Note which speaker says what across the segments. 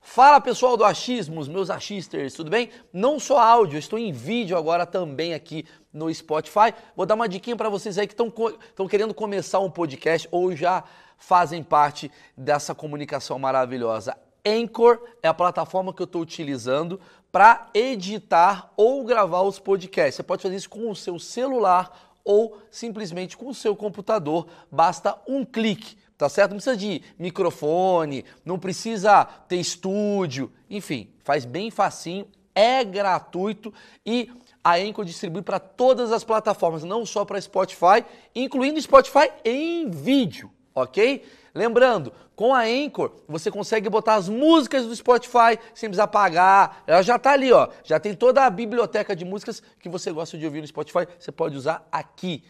Speaker 1: Fala pessoal do Achismos, meus achisters, tudo bem? Não só áudio, eu estou em vídeo agora também aqui no Spotify. Vou dar uma diquinha para vocês aí que estão querendo começar um podcast ou já fazem parte dessa comunicação maravilhosa. Anchor é a plataforma que eu estou utilizando para editar ou gravar os podcasts. Você pode fazer isso com o seu celular ou simplesmente com o seu computador. Basta um clique tá certo? Não precisa de microfone, não precisa ter estúdio, enfim, faz bem facinho, é gratuito e a Enco distribui para todas as plataformas, não só para Spotify, incluindo Spotify em vídeo, ok? Lembrando, com a Anchor você consegue botar as músicas do Spotify sem precisar pagar. Ela já está ali, ó. Já tem toda a biblioteca de músicas que você gosta de ouvir no Spotify, você pode usar aqui.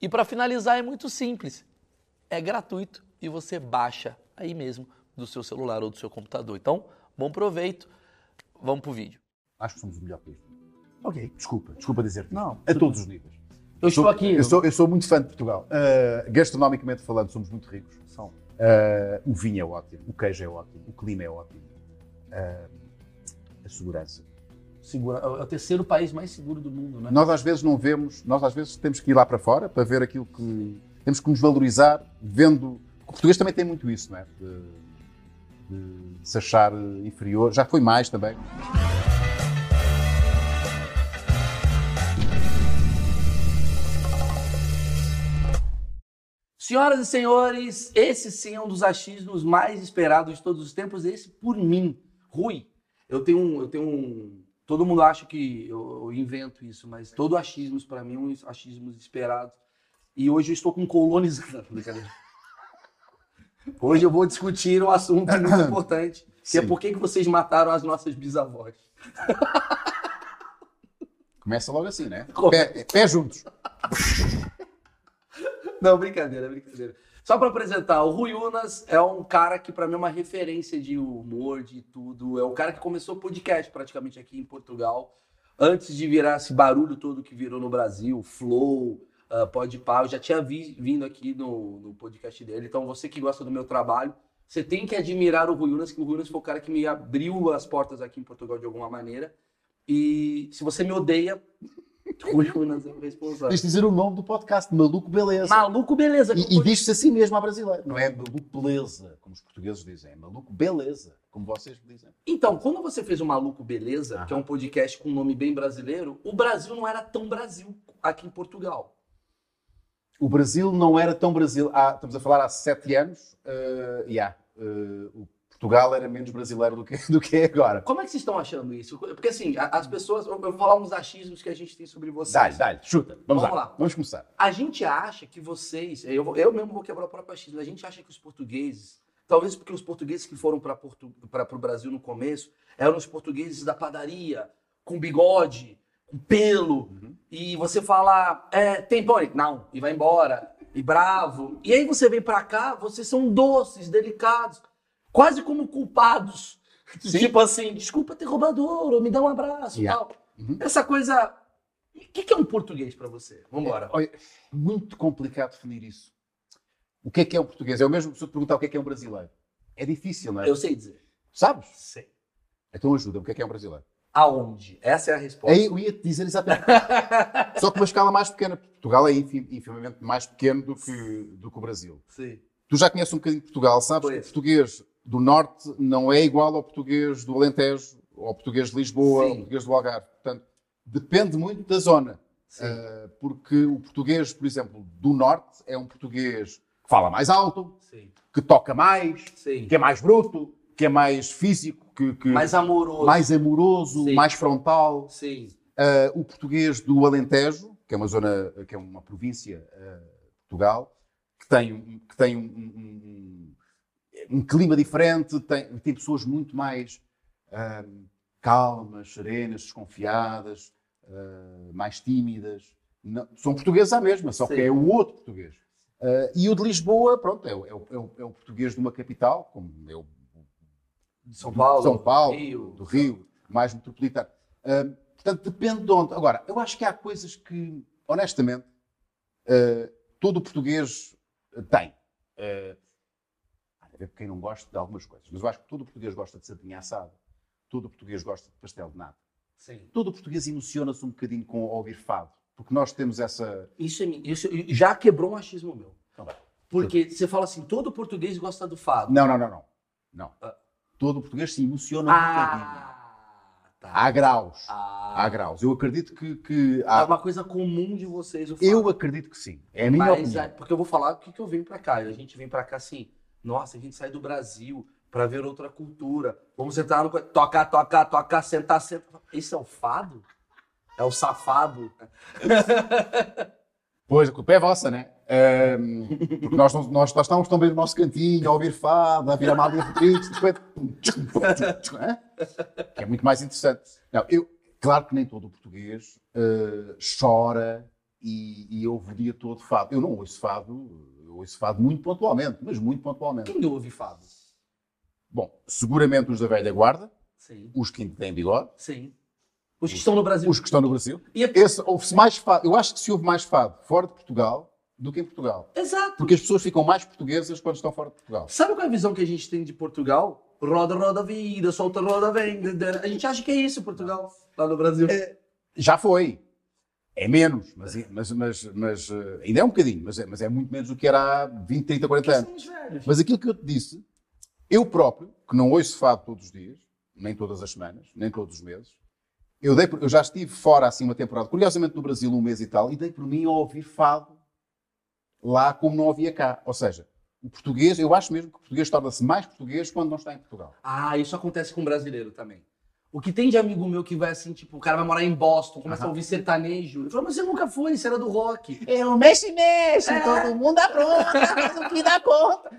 Speaker 1: E para finalizar é muito simples é gratuito e você baixa aí mesmo do seu celular ou do seu computador. Então, bom proveito. Vamos pro vídeo.
Speaker 2: Acho que somos o melhor país. Ok. Desculpa, desculpa dizer-te.
Speaker 3: Não,
Speaker 2: A todos os níveis.
Speaker 3: Eu estou aqui.
Speaker 2: Eu sou, eu sou muito fã de Portugal. Uh, gastronomicamente falando, somos muito ricos.
Speaker 3: São.
Speaker 2: Uh, o vinho é ótimo, o queijo é ótimo, o clima é ótimo. Uh, a segurança.
Speaker 3: Segura, é o terceiro país mais seguro do mundo, né?
Speaker 2: Nós às vezes não vemos, nós às vezes temos que ir lá para fora para ver aquilo que. Temos que nos valorizar vendo. O português também tem muito isso, não é? De, de se achar eh, inferior. Já foi mais também.
Speaker 3: Senhoras e senhores, esse sim é um dos achismos mais esperados de todos os tempos. Esse por mim, Rui. Eu tenho um, eu tenho um. Todo mundo acha que eu, eu invento isso, mas todo achismo para mim é um achismo esperado. E hoje eu estou com um colonizador. Brincadeira. Hoje eu vou discutir um assunto muito importante, que é
Speaker 2: Sim.
Speaker 3: por que que vocês mataram as nossas bisavós.
Speaker 2: Começa logo assim, né?
Speaker 3: Começa.
Speaker 2: Pé, pé juntos.
Speaker 3: Não, brincadeira, brincadeira. Só para apresentar, o Rui Unas é um cara que para mim é uma referência de humor, de tudo. É o cara que começou podcast praticamente aqui em Portugal, antes de virar esse barulho todo que virou no Brasil, Flow, uh, Podpah. Eu já tinha vi- vindo aqui no, no podcast dele. Então você que gosta do meu trabalho, você tem que admirar o Rui Unas, que o Rui Unas foi o cara que me abriu as portas aqui em Portugal de alguma maneira. E se você me odeia, Rui Unas é o responsável.
Speaker 2: Tens de dizer o nome do podcast, Maluco Beleza.
Speaker 3: Maluco, beleza.
Speaker 2: é E, e diz-se assim mesmo à brasileira. Não é maluco beleza, como os portugueses dizem. É maluco beleza, como vocês dizem.
Speaker 3: Então, quando você fez o Maluco Beleza,
Speaker 2: Aham.
Speaker 3: que é um podcast com um nome bem brasileiro, o Brasil não era tão Brasil aqui em Portugal.
Speaker 2: O Brasil não era tão Brasil. Há, estamos a falar há sete anos. eh, e há, eh, o Portugal era menos brasileiro do que, do que é agora.
Speaker 3: Como é que vocês estão achando isso? Porque assim, a-
Speaker 2: Hum.
Speaker 3: as pessoas. Eu eu vou falar uns achismos que a gente tem sobre vocês.
Speaker 2: Dá-lhe, dá-lhe, chuta. Vamos,
Speaker 3: Vamos
Speaker 2: lá.
Speaker 3: lá.
Speaker 2: Vamos começar.
Speaker 3: A gente acha que vocês. Eu, vou- eu mesmo vou quebrar o próprio achismo. A gente acha que os portugueses. Talvez porque os portugueses que foram para o Brasil no começo eram os portugueses da padaria, com bigode, com pelo,
Speaker 2: Uhum.
Speaker 3: e você fala, é, tem pão? Ele, Não, e vai embora, e bravo. E aí você vem pra cá, vocês são doces, delicados, quase como culpados.
Speaker 2: Sim.
Speaker 3: Tipo assim, desculpa ter roubado ouro, me dá um abraço e
Speaker 2: Yeah.
Speaker 3: tal.
Speaker 2: Uhum.
Speaker 3: Essa coisa... O que, que é um português pra você? Vambora.
Speaker 2: Olha, muito complicado definir isso. O que é que é um português? É o mesmo que se eu te perguntar o que é que é um brasileiro. É difícil, não é?
Speaker 3: Eu sei dizer.
Speaker 2: Sabes?
Speaker 3: Sei.
Speaker 2: Então ajuda-me. O que é que é um brasileiro?
Speaker 3: Aonde? Essa é a resposta.
Speaker 2: Aí eu ia te dizer exatamente. Só que uma escala mais pequena. Portugal é infi- infinitamente mais pequeno do que, do que o Brasil.
Speaker 3: Sim.
Speaker 2: Tu já conheces um bocadinho de Portugal, sabes que o
Speaker 3: Pois.
Speaker 2: português do Norte não é igual ao português do Alentejo, ou ao português de Lisboa,
Speaker 3: Sim.
Speaker 2: ao português do Algarve. Portanto, depende muito da zona.
Speaker 3: Sim.
Speaker 2: Eh, Porque o português, por exemplo, do Norte é um português que fala mais alto,
Speaker 3: Sim.
Speaker 2: que toca mais,
Speaker 3: Sim.
Speaker 2: que é mais bruto, que é mais físico, que, que-
Speaker 3: Mais amoroso.
Speaker 2: mais amoroso,
Speaker 3: Sim.
Speaker 2: mais frontal
Speaker 3: Sim.
Speaker 2: Eh, o português do Alentejo, que é uma zona, que é uma província eh, de Portugal, que tem, um- que tem um, um- um- um clima diferente, tem, tem pessoas muito mais ah, calmas, serenas, desconfiadas, ah, mais tímidas. Não- são portugueses à mesma, só que
Speaker 3: Sim.
Speaker 2: é o outro português. Ah, e o de Lisboa, pronto, é, o- é o- é o- é o português de uma capital, como é o
Speaker 3: De São Paulo.
Speaker 2: são Paulo,
Speaker 3: Rio.
Speaker 2: do Rio, mais metropolitano. Hum, portanto, depende de onde. Agora, eu acho que há coisas que, honestamente, ah, eh, todo o português tem. Eh, haver quem não goste Ah, de algumas coisas, mas eu acho que todo português gosta de sardinha assada, todo português gosta de pastel de nata,
Speaker 3: Sim.
Speaker 2: todo português emociona-se um bocadinho com ouvir fado, porque nós temos essa.
Speaker 3: Isso, é mi- isso já quebrou um achismo meu.
Speaker 2: Tá bem.
Speaker 3: Porque você fala assim, todo português gosta do fado.
Speaker 2: Não, não, não, não. não.
Speaker 3: Ah.
Speaker 2: Todo português se emociona um bocadinho.
Speaker 3: Ah, tá.
Speaker 2: Há graus.
Speaker 3: Ah,
Speaker 2: Há graus. Eu acredito que, que
Speaker 3: é
Speaker 2: há-
Speaker 3: uma coisa comum de vocês o fado.
Speaker 2: Eu acredito que sim. É a minha
Speaker 3: Mas,
Speaker 2: opinião.
Speaker 3: é, porque eu vou falar o que, que eu venho pra cá. A gente vem pra cá assim, nossa, a gente sai do Brasil pra ver outra cultura. Vamos sentar no. co- Tocar, tocar, tocar, sentar, sentar. Esse é o fado? É o safado?
Speaker 2: Pois, a culpa é vossa, né? Ahm, porque nós, não- nós, nós estamos também no nosso cantinho, a ouvir fado, a virar Amália Rodrigues, de repente, tipo, é pum, tchum, pum, tchum, tchum, hã? que é muito mais interessante. Não, eu, claro que nem todo o português eh, chora e, e ouve o dia todo fado. Eu não ouço fado, eu ouço fado muito pontualmente, mas muito pontualmente.
Speaker 3: Quem ouve fado?
Speaker 2: Bom, seguramente os da velha guarda,
Speaker 3: Sim.
Speaker 2: os que ainda têm bigode,
Speaker 3: Sim. Os que estão no Brasil.
Speaker 2: os que estão no Brasil.
Speaker 3: E é-
Speaker 2: Esse ouve-se mais fado, eu acho que se ouve mais fado fora de Portugal do que em Portugal.
Speaker 3: Exato.
Speaker 2: Porque as pessoas ficam mais portuguesas quando estão fora de Portugal.
Speaker 3: Sabe qual é a visão que a gente tem de Portugal? Roda, roda, vida, solta, roda, vem. dedé. A gente acha que é isso, Portugal, lá no Brasil.
Speaker 2: É, Já foi. É menos, mas, mas, mas, mas, eh, ainda é um bocadinho, mas é, mas é muito menos do que era há 20, 30, 40
Speaker 3: Porque
Speaker 2: anos.
Speaker 3: somos velhos.
Speaker 2: Mas aquilo que eu te disse, eu próprio, que não ouço fado todos os dias, nem todas as semanas, nem todos os meses, eu, dei por- eu já estive fora assim uma temporada, curiosamente no Brasil um mês e tal, e dei por mim a ouvir fado lá como não ouvia cá. Ou seja, o português, eu acho mesmo que o português torna-se mais português quando não está em Portugal.
Speaker 3: Ah, isso acontece com brasileiro também. O que tem de amigo meu que vai assim, tipo, o cara vai morar em Boston, começa a
Speaker 2: Aham.
Speaker 3: ouvir sertanejo. Eu falo, mas você nunca foi, você era do rock.
Speaker 2: Eu mexe, mexe,
Speaker 3: É.
Speaker 2: todo mundo apronta, mas o que dá conta.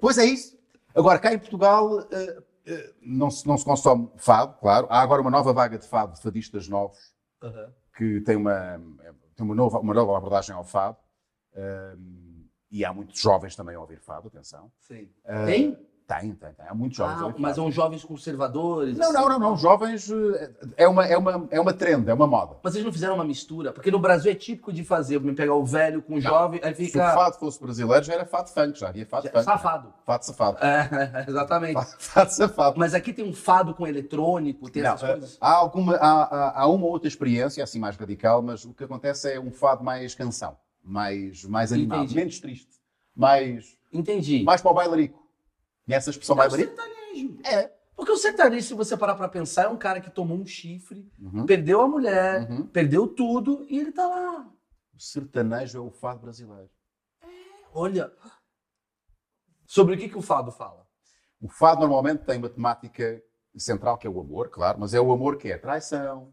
Speaker 2: Pois é isso. Agora, cá em Portugal eh, eh, não, se, não se consome fado, claro. Há agora uma nova vaga de fado, de fadistas novos, que tem uma, tem uma, nova, uma nova abordagem ao fado. eh, e há muitos jovens também a ouvir fado, atenção.
Speaker 3: Sim. tem?
Speaker 2: Tem, tem, tem. Há muitos É, jovens a
Speaker 3: Ah,
Speaker 2: ouvir
Speaker 3: mas
Speaker 2: fado.
Speaker 3: são jovens conservadores.
Speaker 2: Não, não,
Speaker 3: assim.
Speaker 2: não, não. Jovens eh, é uma, é, uma, é uma trend, é uma moda.
Speaker 3: Mas vocês não fizeram uma mistura? Porque no Brasil é típico de fazer, me pegar o velho com o jovem, aí
Speaker 2: Se o
Speaker 3: fica
Speaker 2: fado fosse brasileiro, já era fado funk, já havia fado
Speaker 3: já-
Speaker 2: funk.
Speaker 3: safado.
Speaker 2: Fado safado.
Speaker 3: É, exatamente.
Speaker 2: Fado- Fado safado.
Speaker 3: Mas aqui tem um fado com eletrônico, tem
Speaker 2: Não, é.
Speaker 3: essas coisas.
Speaker 2: Há, alguma, há, há- há uma ou outra experiência, assim mais radical, mas o que acontece é um fado mais canção, mais, mais animado,
Speaker 3: Entendi.
Speaker 2: menos triste, mais,
Speaker 3: Entendi.
Speaker 2: mais para o bailarico. Conhece a expressão
Speaker 3: É o
Speaker 2: bailarico?
Speaker 3: sertanejo.
Speaker 2: É.
Speaker 3: Porque o sertanejo, se você parar pra pensar, é um cara que tomou um chifre,
Speaker 2: Uhum,
Speaker 3: perdeu a mulher,
Speaker 2: uhum.
Speaker 3: perdeu tudo e ele tá lá.
Speaker 2: O sertanejo é o fado brasileiro.
Speaker 3: Olha. Sobre o que, que o fado fala?
Speaker 2: O fado normalmente tem uma temática central, que é o amor, claro, mas é o amor que é traição.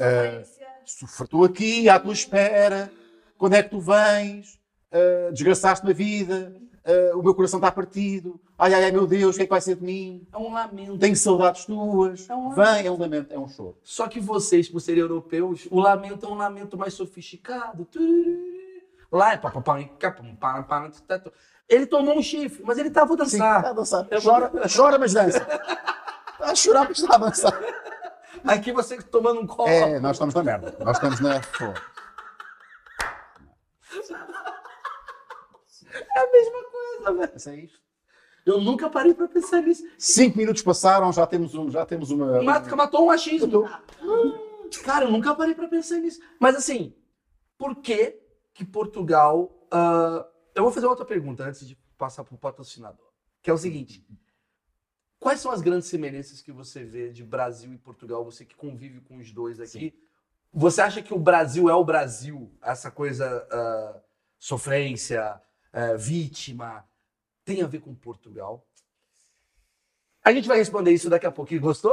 Speaker 2: ah,
Speaker 4: Sofrência.
Speaker 2: Sofre, estou aqui à tua espera, quando é que tu vens? Ah, desgraçaste na vida, Ah, o meu coração está partido, ai ai ai meu Deus, o que é que vai ser de mim?
Speaker 3: É um lamento.
Speaker 2: Tenho saudades tuas.
Speaker 3: É um
Speaker 2: Vem, é um lamento, é um choro.
Speaker 3: Só que vocês, por serem europeus, o lamento é um lamento mais sofisticado. Turururu. Lá é pá, pá, pá, cá, pá, pá, pá, tá, tá. Ele tomou um chifre, mas ele tava a dançar.
Speaker 2: Está a é dançar.
Speaker 3: Eu vou-
Speaker 2: Chora, chora, mas dança. Está a chorar, mas está a dançar.
Speaker 3: Aqui você tomando um copo.
Speaker 2: É, nós estamos na merda. Nós estamos na. Pô.
Speaker 3: É a mesma coisa, velho.
Speaker 2: Isso é isto.
Speaker 3: Eu nunca parei pra pensar nisso.
Speaker 2: Cinco minutos passaram, já temos, um, já temos uma.
Speaker 3: Mata- matou um achismo. Hum, Cara, eu nunca parei pra pensar nisso. Mas assim, por que que Portugal... ah, eu vou fazer outra pergunta antes de passar pro patrocinador. Que é o seguinte. Quais são as grandes semelhanças que você vê de Brasil e Portugal? Você que convive com os dois aqui. Você acha que o Brasil é o Brasil? Essa coisa ah, sofrência, ah, vítima, tem a ver com Portugal? A gente vai responder isso daqui a pouquinho. Gostou?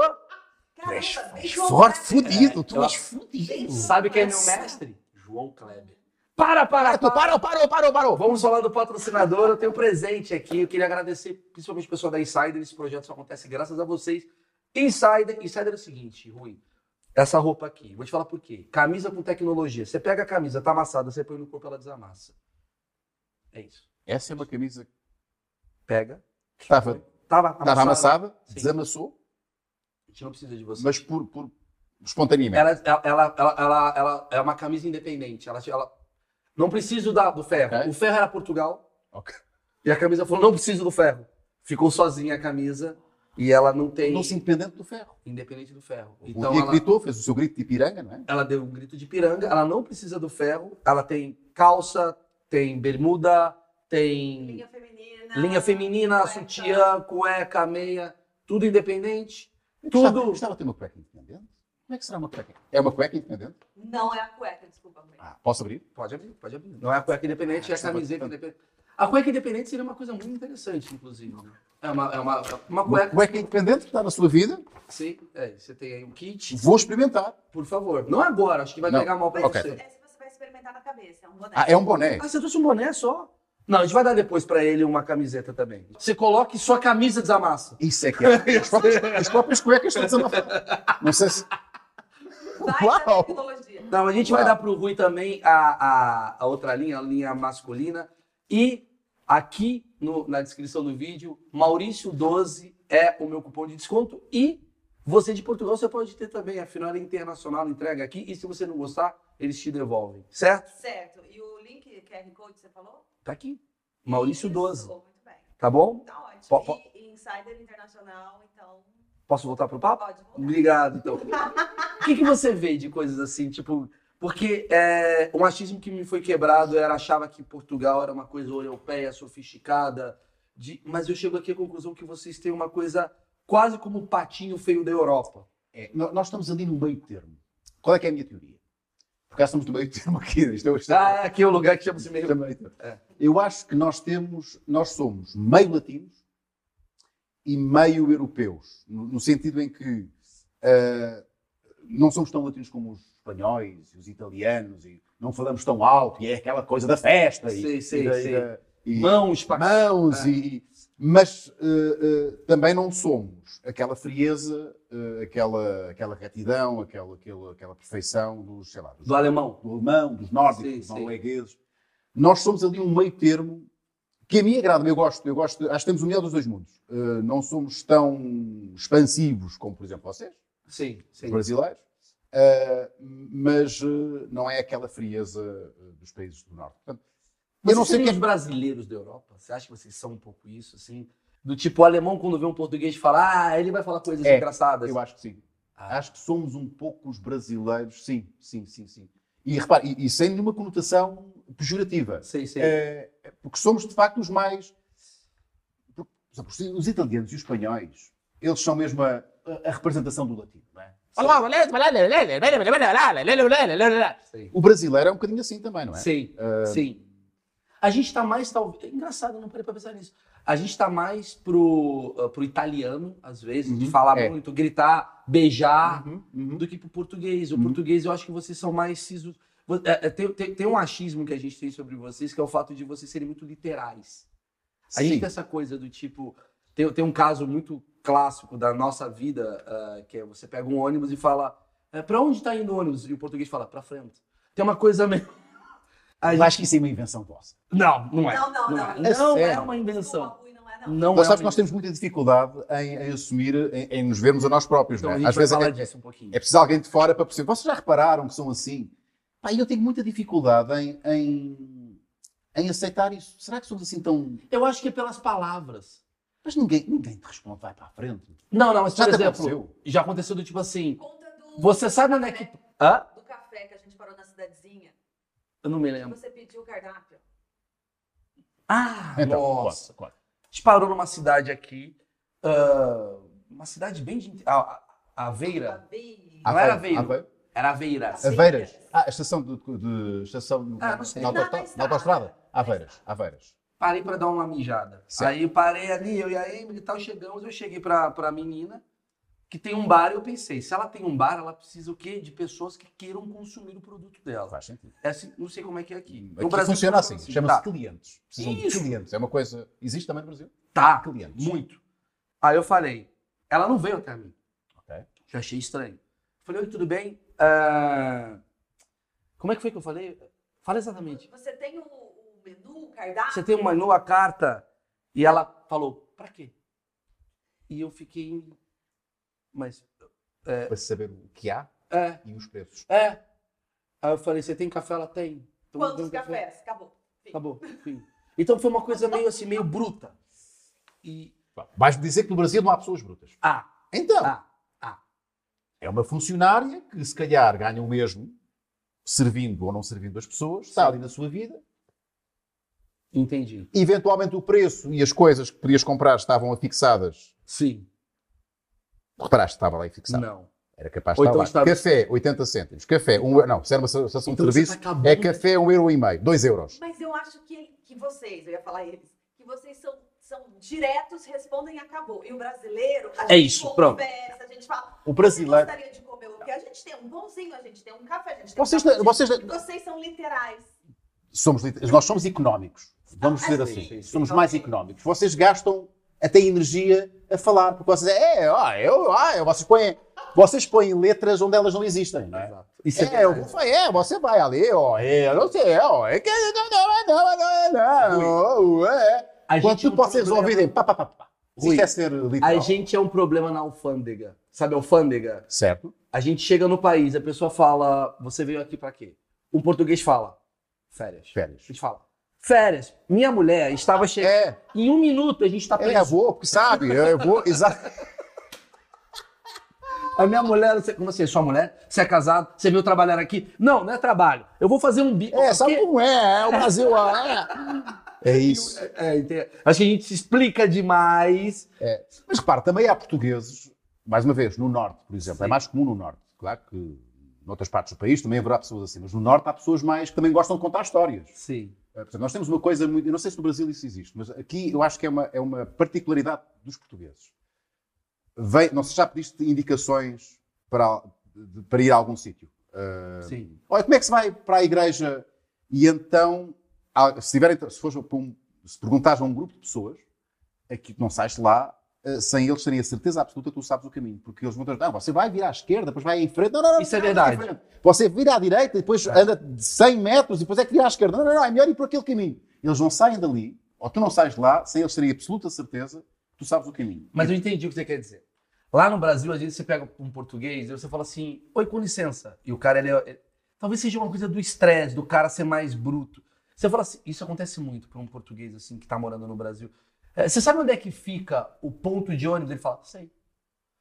Speaker 4: Caramba, bem
Speaker 2: Forte,
Speaker 4: complexo.
Speaker 2: fudido, tu
Speaker 3: eu-
Speaker 2: és fudido.
Speaker 3: Sabe quem é meu mestre? João Kleber. Para, para, para!
Speaker 2: Ah, Parou, parou, parou, parou.
Speaker 3: Vamos falar do patrocinador. Eu tenho um presente aqui. Eu queria agradecer principalmente o pessoal da Insider. Esse projeto só acontece graças a vocês. Insider, Insider é o seguinte, Rui. Essa roupa aqui, vou te falar por quê. Camisa com tecnologia. Você pega a camisa, tá amassada, você põe no corpo, ela desamassa. É isso.
Speaker 2: Essa é uma camisa que
Speaker 3: Pega.
Speaker 2: estava,
Speaker 3: Tava amassada.
Speaker 2: estava amassada,
Speaker 3: Sim.
Speaker 2: desamassou,
Speaker 3: A gente não precisa de você.
Speaker 2: mas por, por espontaneamente.
Speaker 3: Ela, ela, ela, ela, ela- ela é uma camisa independente. Ela, ela- não preciso da, do ferro.
Speaker 2: Ok.
Speaker 3: O ferro era Portugal.
Speaker 2: É. Ok.
Speaker 3: E a camisa falou: não preciso do ferro. ficou sozinha a camisa e ela não tem.
Speaker 2: Tornou-se independente do ferro.
Speaker 3: Independente do ferro.
Speaker 2: o
Speaker 3: Então
Speaker 2: dia
Speaker 3: ela,
Speaker 2: gritou, fez o seu grito de piranga, não é?
Speaker 3: ela deu um grito de piranga, ela não precisa do ferro, ela tem calça, tem bermuda, tem
Speaker 4: Linha feminina.
Speaker 3: linha feminina,
Speaker 4: cueca.
Speaker 3: sutiã, cueca, meia, tudo independente.
Speaker 2: Estava,
Speaker 3: Tudo.
Speaker 2: estava a ter uma cueca independente? Como é que será uma cueca? É uma cueca independente?
Speaker 4: Não é a cueca, desculpa. mãe.
Speaker 2: Ah, posso abrir?
Speaker 3: Pode abrir, pode abrir. Não é a cueca independente, é a
Speaker 2: Ah,
Speaker 3: camiseta independente. A cueca independente seria uma coisa muito interessante, inclusive. né? É uma, é uma, uma
Speaker 2: Uma
Speaker 3: cueca.
Speaker 2: cueca independente que está na sua vida,
Speaker 3: Sim, é, você tem aí um kit,
Speaker 2: vou experimentar.
Speaker 3: por favor. Não agora, acho que vai
Speaker 2: Não.
Speaker 3: pegar mal pra
Speaker 4: Mas
Speaker 2: Ok.
Speaker 4: isso
Speaker 3: você.
Speaker 4: é se você vai experimentar na cabeça, é um boné.
Speaker 2: Ah, é um boné.
Speaker 3: Ah, você trouxe um boné só? Não, a gente vai dar depois pra ele uma camiseta também. Você coloque sua camisa desamassa.
Speaker 2: Isso é que é. As próprias, as próprias cuecas estão desamarradas. Não sei se.
Speaker 4: Vai
Speaker 2: Uau!
Speaker 4: da tecnologia.
Speaker 3: Não, a gente vai
Speaker 2: Uau.
Speaker 3: dar pro Rui também a, a, a outra linha, a linha masculina. E aqui no- na descrição do vídeo, Maurício12 é o meu cupom de desconto. E você de Portugal, você pode ter também. Afinal, é internacional, entrega aqui. E se você não gostar, eles te devolvem. Certo?
Speaker 4: Certo. E o link QR Code você falou?
Speaker 3: Tá aqui. Maurício12.
Speaker 4: Isso, oh, Muito bem.
Speaker 3: Tá bom?
Speaker 4: Tá ótimo.
Speaker 3: Po- po-
Speaker 4: E Insider Internacional, então
Speaker 3: Posso voltar pro papo?
Speaker 4: pode voltar.
Speaker 3: Obrigado, então. O que, que você vê de coisas assim, tipo... Porque é, o machismo que me foi quebrado era achava que Portugal era uma coisa europeia, sofisticada. de- Mas eu chego aqui à conclusão que vocês têm uma coisa quase como o patinho feio da Europa.
Speaker 2: É, nó- nós estamos ali no meio termo. Qual é que é a minha teoria? Porque nós estamos no meio termo aqui. Isto é, isto é-
Speaker 3: Ah, aqui é o lugar que chama-se
Speaker 2: Isto é
Speaker 3: meio...
Speaker 2: meio termo.
Speaker 3: É.
Speaker 2: Eu acho que nós temos, nós somos meio latinos e meio europeus, no, no sentido em que ah, não somos tão latinos como os espanhóis e os italianos e não falamos tão alto e é aquela coisa da festa e-
Speaker 3: Sei,
Speaker 2: e
Speaker 3: sei,
Speaker 2: da- e
Speaker 3: sei.
Speaker 2: da- e-
Speaker 3: Mãos, pa...
Speaker 2: mãos e mas eh, eh, também não somos aquela frieza, eh, aquela aquela retidão, aquela aquela, aquela perfeição dos sei lá dos,
Speaker 3: do alemão.
Speaker 2: do alemão, dos nórdicos,
Speaker 3: Sim,
Speaker 2: dos
Speaker 3: sim.
Speaker 2: noruegueses. Nós somos ali um meio termo que a mim agrada, eu gosto, eu gosto, acho que temos o melhor dos dois mundos. Eh, não somos tão expansivos como, por exemplo, vocês,
Speaker 3: Sim, sim.
Speaker 2: os brasileiros, eh, mas eh, não é aquela frieza eh, dos países do norte. Portanto,
Speaker 3: Mas
Speaker 2: eu não sei o que é
Speaker 3: os brasileiros da Europa, você acha que vocês são um pouco isso, assim? Do tipo, o alemão, quando vê um português falar, ah, ele vai falar coisas
Speaker 2: É,
Speaker 3: engraçadas.
Speaker 2: Eu acho que sim.
Speaker 3: Ah.
Speaker 2: Acho que somos um pouco os brasileiros, sim, sim, sim, sim. E repare, e, e sem nenhuma conotação pejorativa.
Speaker 3: Sei, sei.
Speaker 2: É, é porque somos de facto os mais. por- por exemplo, Os os italianos e os espanhóis, eles são mesmo a, a- a representação do latino, não é?
Speaker 3: sei.
Speaker 2: O brasileiro é um bocadinho assim também, não é?
Speaker 3: Sim, sim. A gente tá mais, talvez. É engraçado, eu não parei pra pensar nisso. A gente tá mais pro, ah, pro italiano, às vezes, de
Speaker 2: Uhum,
Speaker 3: falar
Speaker 2: é.
Speaker 3: muito, gritar, beijar,
Speaker 2: Uhum, uhum.
Speaker 3: Ah. do que pro português. O
Speaker 2: Uhum.
Speaker 3: português eu acho que vocês são mais siso. vo- é, é, Tem, tem, tem um achismo que a gente tem sobre vocês, que é o fato de vocês serem muito literais. A gente
Speaker 2: Sim.
Speaker 3: tem essa coisa do tipo. Tem, tem um caso muito clássico da nossa vida, ah, que é você pega um ônibus e fala: é, pra onde tá indo o ônibus? E o português fala: pra frente. Tem uma coisa meio. A
Speaker 2: Eu
Speaker 3: gente-
Speaker 2: acho que isso é uma invenção vossa.
Speaker 3: Não, não é.
Speaker 4: Não, não, não.
Speaker 3: é.
Speaker 4: É
Speaker 3: Não é
Speaker 2: sério.
Speaker 3: uma invenção.
Speaker 4: Desculpa, Rui, não é não.
Speaker 3: Não é
Speaker 2: Nós
Speaker 3: uma
Speaker 2: sabemos que nós temos muita dificuldade em, em assumir, em, em nos vermos a nós próprios,
Speaker 3: Então a
Speaker 2: não
Speaker 3: gente
Speaker 2: é? Às
Speaker 3: vai
Speaker 2: vezes
Speaker 3: falar
Speaker 2: é,
Speaker 3: disso um pouquinho.
Speaker 2: É preciso alguém de fora para perceber. Vocês já repararam que são assim? Pá, eu tenho muita dificuldade em, em, em aceitar isso. Será que somos assim tão.
Speaker 3: Eu acho que é pelas palavras.
Speaker 2: Mas ninguém, ninguém te responde, vai para a frente.
Speaker 3: Não, não, mas por
Speaker 2: Já te
Speaker 3: exemplo,
Speaker 2: aconteceu?
Speaker 3: já aconteceu do tipo assim.
Speaker 4: Conta do,
Speaker 3: Você sabe onde é que. Hã?
Speaker 4: do café que a gente parou na cidadezinha.
Speaker 3: Eu não me
Speaker 4: que
Speaker 3: lembro.
Speaker 4: Você pediu o cardápio.
Speaker 3: Ah, nossa.
Speaker 2: claro, claro.
Speaker 3: A gente parou numa cidade aqui. ah, uma cidade bem de. A, a- Aveira.
Speaker 4: Aveiro.
Speaker 3: Não era
Speaker 2: Aveiro,
Speaker 3: Aveiro.
Speaker 2: Aveiro.
Speaker 3: Era Aveiras.
Speaker 4: Sim.
Speaker 2: Aveiras. Ah, a estação de. de- estação
Speaker 3: Ah, não sei.
Speaker 2: Na,
Speaker 4: Na
Speaker 2: autosta-
Speaker 4: estrada.
Speaker 2: na autostrada? Aveiras. Aveiras.
Speaker 3: Parei pra dar uma mijada.
Speaker 2: Certo.
Speaker 3: Aí eu parei ali, eu e a Emily e tal, chegamos. Eu cheguei pra, pra menina que tem um bar e eu pensei, se ela tem um bar, ela precisa o quê? De pessoas que queiram consumir o produto dela.
Speaker 2: Faz sentido.
Speaker 3: É assim, não sei como é que é aqui. No
Speaker 2: Aqui
Speaker 3: Brasil
Speaker 2: funciona assim. Chama-se
Speaker 3: Tá.
Speaker 2: clientes. Precisam
Speaker 3: Isso.
Speaker 2: de clientes. É uma coisa. Existe também no Brasil?
Speaker 3: Tá,
Speaker 2: Clientes.
Speaker 3: muito. Aí eu falei, ela não veio até mim.
Speaker 2: Ok.
Speaker 3: Já achei estranho. Falei, oi, tudo bem? Ah, Como é que foi que eu falei? Fala exatamente.
Speaker 4: Você tem o, o menu, o cardápio?
Speaker 3: Você tem um menu, a carta? E ela falou, pra quê? E eu fiquei, mas,
Speaker 2: Para saber o que há
Speaker 3: é,
Speaker 2: e os preços.
Speaker 3: é. Aí eu falei, você tem café? Ela tem. Então, me dê
Speaker 4: Quantos
Speaker 3: um café.
Speaker 4: cafés? Acabou.
Speaker 3: Acabou, fim. Então foi uma coisa meio assim, meio bruta. E
Speaker 2: Vais-me dizer que no Brasil não há pessoas brutas.
Speaker 3: Ah,
Speaker 2: Então,
Speaker 3: ah, ah.
Speaker 2: é uma funcionária que se calhar ganha o mesmo, servindo ou não servindo as pessoas, está ali na sua vida.
Speaker 3: entendi.
Speaker 2: Eventualmente o preço e as coisas que podias comprar estavam afixadas.
Speaker 3: Sim,
Speaker 2: Reparaste, estava lá fixado.
Speaker 3: não.
Speaker 2: Era capaz de
Speaker 3: Ou
Speaker 2: estar
Speaker 3: então
Speaker 2: lá.
Speaker 3: estava-
Speaker 2: Café, 80 cêntimos. Café, um euro. Não, se era uma estação
Speaker 3: Então você
Speaker 2: de serviço,
Speaker 3: tá acabando-
Speaker 2: é café 1,5 euro, 2 euros.
Speaker 4: Mas eu acho que, que vocês, eu ia falar eles, que vocês são, são diretos, respondem e acabou. E o brasileiro, a
Speaker 3: É
Speaker 4: gente
Speaker 3: isso, pronto.
Speaker 4: conversa, a gente fala.
Speaker 2: O
Speaker 4: Você
Speaker 2: brasileiro.
Speaker 4: gostaria de comer o quê? A gente tem um pãozinho, a gente tem um café, a gente tem
Speaker 2: Vocês,
Speaker 4: um café,
Speaker 2: vocês
Speaker 4: Vocês são literais.
Speaker 2: somos, lit- nós somos económicos. Vamos dizer
Speaker 4: Ah,
Speaker 2: assim.
Speaker 3: sim, sim, sim.
Speaker 2: Somos mais económicos. Vocês gastam até energia a falar, porque vocês é, ah, eu, ah, eu", vocês põem, vocês põem letras onde elas não existem, não é?
Speaker 3: Exato. Isso é,
Speaker 2: É, eu vou falar, é, você vai ali, ó, é, eu não sei, ó, é que não, não, não, não, não, não, não, é.
Speaker 3: A
Speaker 2: Quando
Speaker 3: gente é um
Speaker 2: vocês
Speaker 3: problema-
Speaker 2: ouvirem, pá, pá, pá, pá.
Speaker 3: Rui,
Speaker 2: Isso é ser literal.
Speaker 3: A gente é um problema na alfândega. Sabe a alfândega?
Speaker 2: Certo.
Speaker 3: A gente chega no país, a pessoa fala, você veio aqui pra quê? Um português fala, férias.
Speaker 2: Férias.
Speaker 3: A gente fala, férias. Minha mulher estava chegando.
Speaker 2: É,
Speaker 3: Em um minuto a gente tá
Speaker 2: ele é
Speaker 3: preso.
Speaker 2: avô, porque sabe, eu vou, é, exato.
Speaker 3: A minha mulher, você- como assim? Sua mulher? Você é casado? Você veio trabalhar aqui? Não, não é trabalho. Eu vou fazer um bico.
Speaker 2: É, sabe
Speaker 3: Porque-
Speaker 2: como é, é o Brasil, ah, é. É isso.
Speaker 3: É, ente- Acho que a gente se explica demais.
Speaker 2: Mas repara, também há portugueses, mais uma vez, no Norte, por exemplo. É mais comum no Norte. Claro que noutras partes do país também haverá pessoas assim, mas no Norte há pessoas mais que também gostam de contar histórias.
Speaker 3: Sim.
Speaker 2: Eh, Portanto, nós temos uma coisa muito. Eu não sei se no Brasil isso existe, mas aqui eu acho que é uma, é uma particularidade dos portugueses. Vem, não sei, já pediste indicações para, de- para ir a algum sítio? Eh,
Speaker 3: Sim.
Speaker 2: Olha, como é que se vai para a igreja? E então, há- se, tiverem, se, fores para um, se perguntares a um grupo de pessoas, é que não sais de lá eh, sem eles terem a certeza absoluta que tu sabes o caminho. Porque eles vão te ajudar. Não, você vai vir à esquerda, depois vai em frente. Não, não, não.
Speaker 3: Isso é
Speaker 2: não, não,
Speaker 3: verdade. É.
Speaker 2: em frente. Você vira à direita, e depois anda de 100 metros e depois é que vira à esquerda. Não, não, não. É melhor ir por aquele caminho. Eles não saem dali, ou tu não sais de lá, sem eles terem a absoluta certeza que tu sabes o caminho.
Speaker 3: Mas eu entendi o que você quer dizer. Lá no Brasil, às vezes você pega um português e você fala assim: Oi, com licença. E o cara, ele. é- ele- Talvez seja uma coisa do estresse, do cara ser mais bruto. Você fala assim: Isso acontece muito para um português assim que tá morando no Brasil. É, Você sabe onde é que fica o ponto de ônibus? Ele fala: Sei.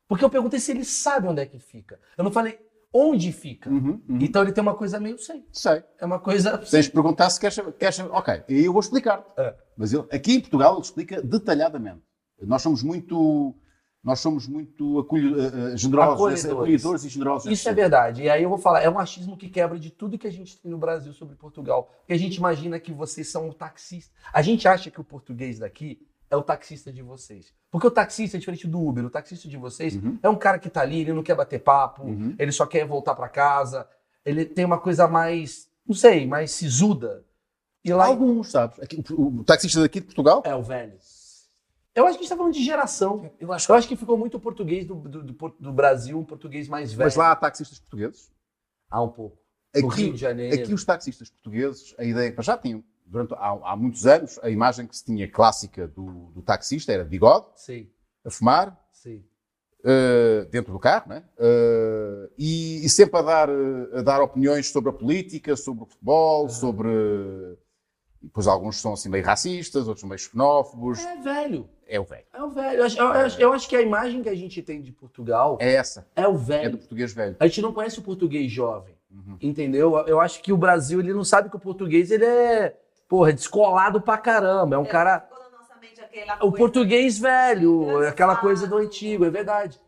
Speaker 3: Porque eu perguntei se ele sabe onde é que fica. Eu não falei onde fica.
Speaker 2: Uhum, uhum.
Speaker 3: Então ele tem uma coisa meio sei.
Speaker 2: Sei.
Speaker 3: É uma coisa.
Speaker 2: Tens de perguntar se queres saber. Queres saber. Ok, e eu vou explicar.
Speaker 3: É.
Speaker 2: Mas ele, aqui em Portugal ele explica detalhadamente. Nós somos muito, nós somos muito acolhe- eh, eh, generosos,
Speaker 3: Acolhedores.
Speaker 2: acolhedores. acolhedores e generosos.
Speaker 3: Isso é verdade. E aí eu vou falar, é um achismo que quebra de tudo que a gente tem no Brasil sobre Portugal. Porque a gente imagina que vocês são um taxista. A gente acha que o português daqui é o taxista de vocês. Porque o taxista é diferente do Uber. O taxista de vocês
Speaker 2: Uhum.
Speaker 3: é um cara que tá ali, ele não quer bater papo,
Speaker 2: Uhum.
Speaker 3: ele só quer voltar pra casa. Ele tem uma coisa mais, não sei, mais sisuda. E lá
Speaker 2: Alguns, sabes? Aqui, o, o taxista daqui de Portugal
Speaker 3: é o velho. Eu acho que a gente tá falando de geração. Eu acho, que ficou muito português do, do, do Por- do Brasil, um português mais velho.
Speaker 2: Mas lá É há taxistas portugueses.
Speaker 3: Há um pouco. No Rio
Speaker 2: Aqui,
Speaker 3: de Janeiro.
Speaker 2: aqui os taxistas portugueses, a ideia que já tinham, durante, há, há muitos anos, a imagem que se tinha clássica do, do taxista era bigode,
Speaker 3: Sei,
Speaker 2: a fumar,
Speaker 3: sei.
Speaker 2: eh, dentro do carro, né? Eh, e, e sempre a dar, eh, a dar opiniões sobre a política, sobre o futebol, sobre. e Depois alguns são assim meio racistas, outros meio xenófobos.
Speaker 3: É velho.
Speaker 2: É o velho.
Speaker 3: É o velho. Eu acho, eu acho- eu acho que a imagem que a gente tem de Portugal
Speaker 2: É essa,
Speaker 3: é o
Speaker 2: é do
Speaker 3: velho.
Speaker 2: português velho.
Speaker 3: A gente não conhece o português jovem,
Speaker 2: Uhum.
Speaker 3: entendeu? Eu acho que o Brasil, ele não sabe que o português, ele é, porra, descolado pra caramba. É um cara...
Speaker 4: Ficou na nossa mente aquela
Speaker 3: O
Speaker 4: coisa, um
Speaker 3: português velho, é aquela coisa do antigo, é verdade.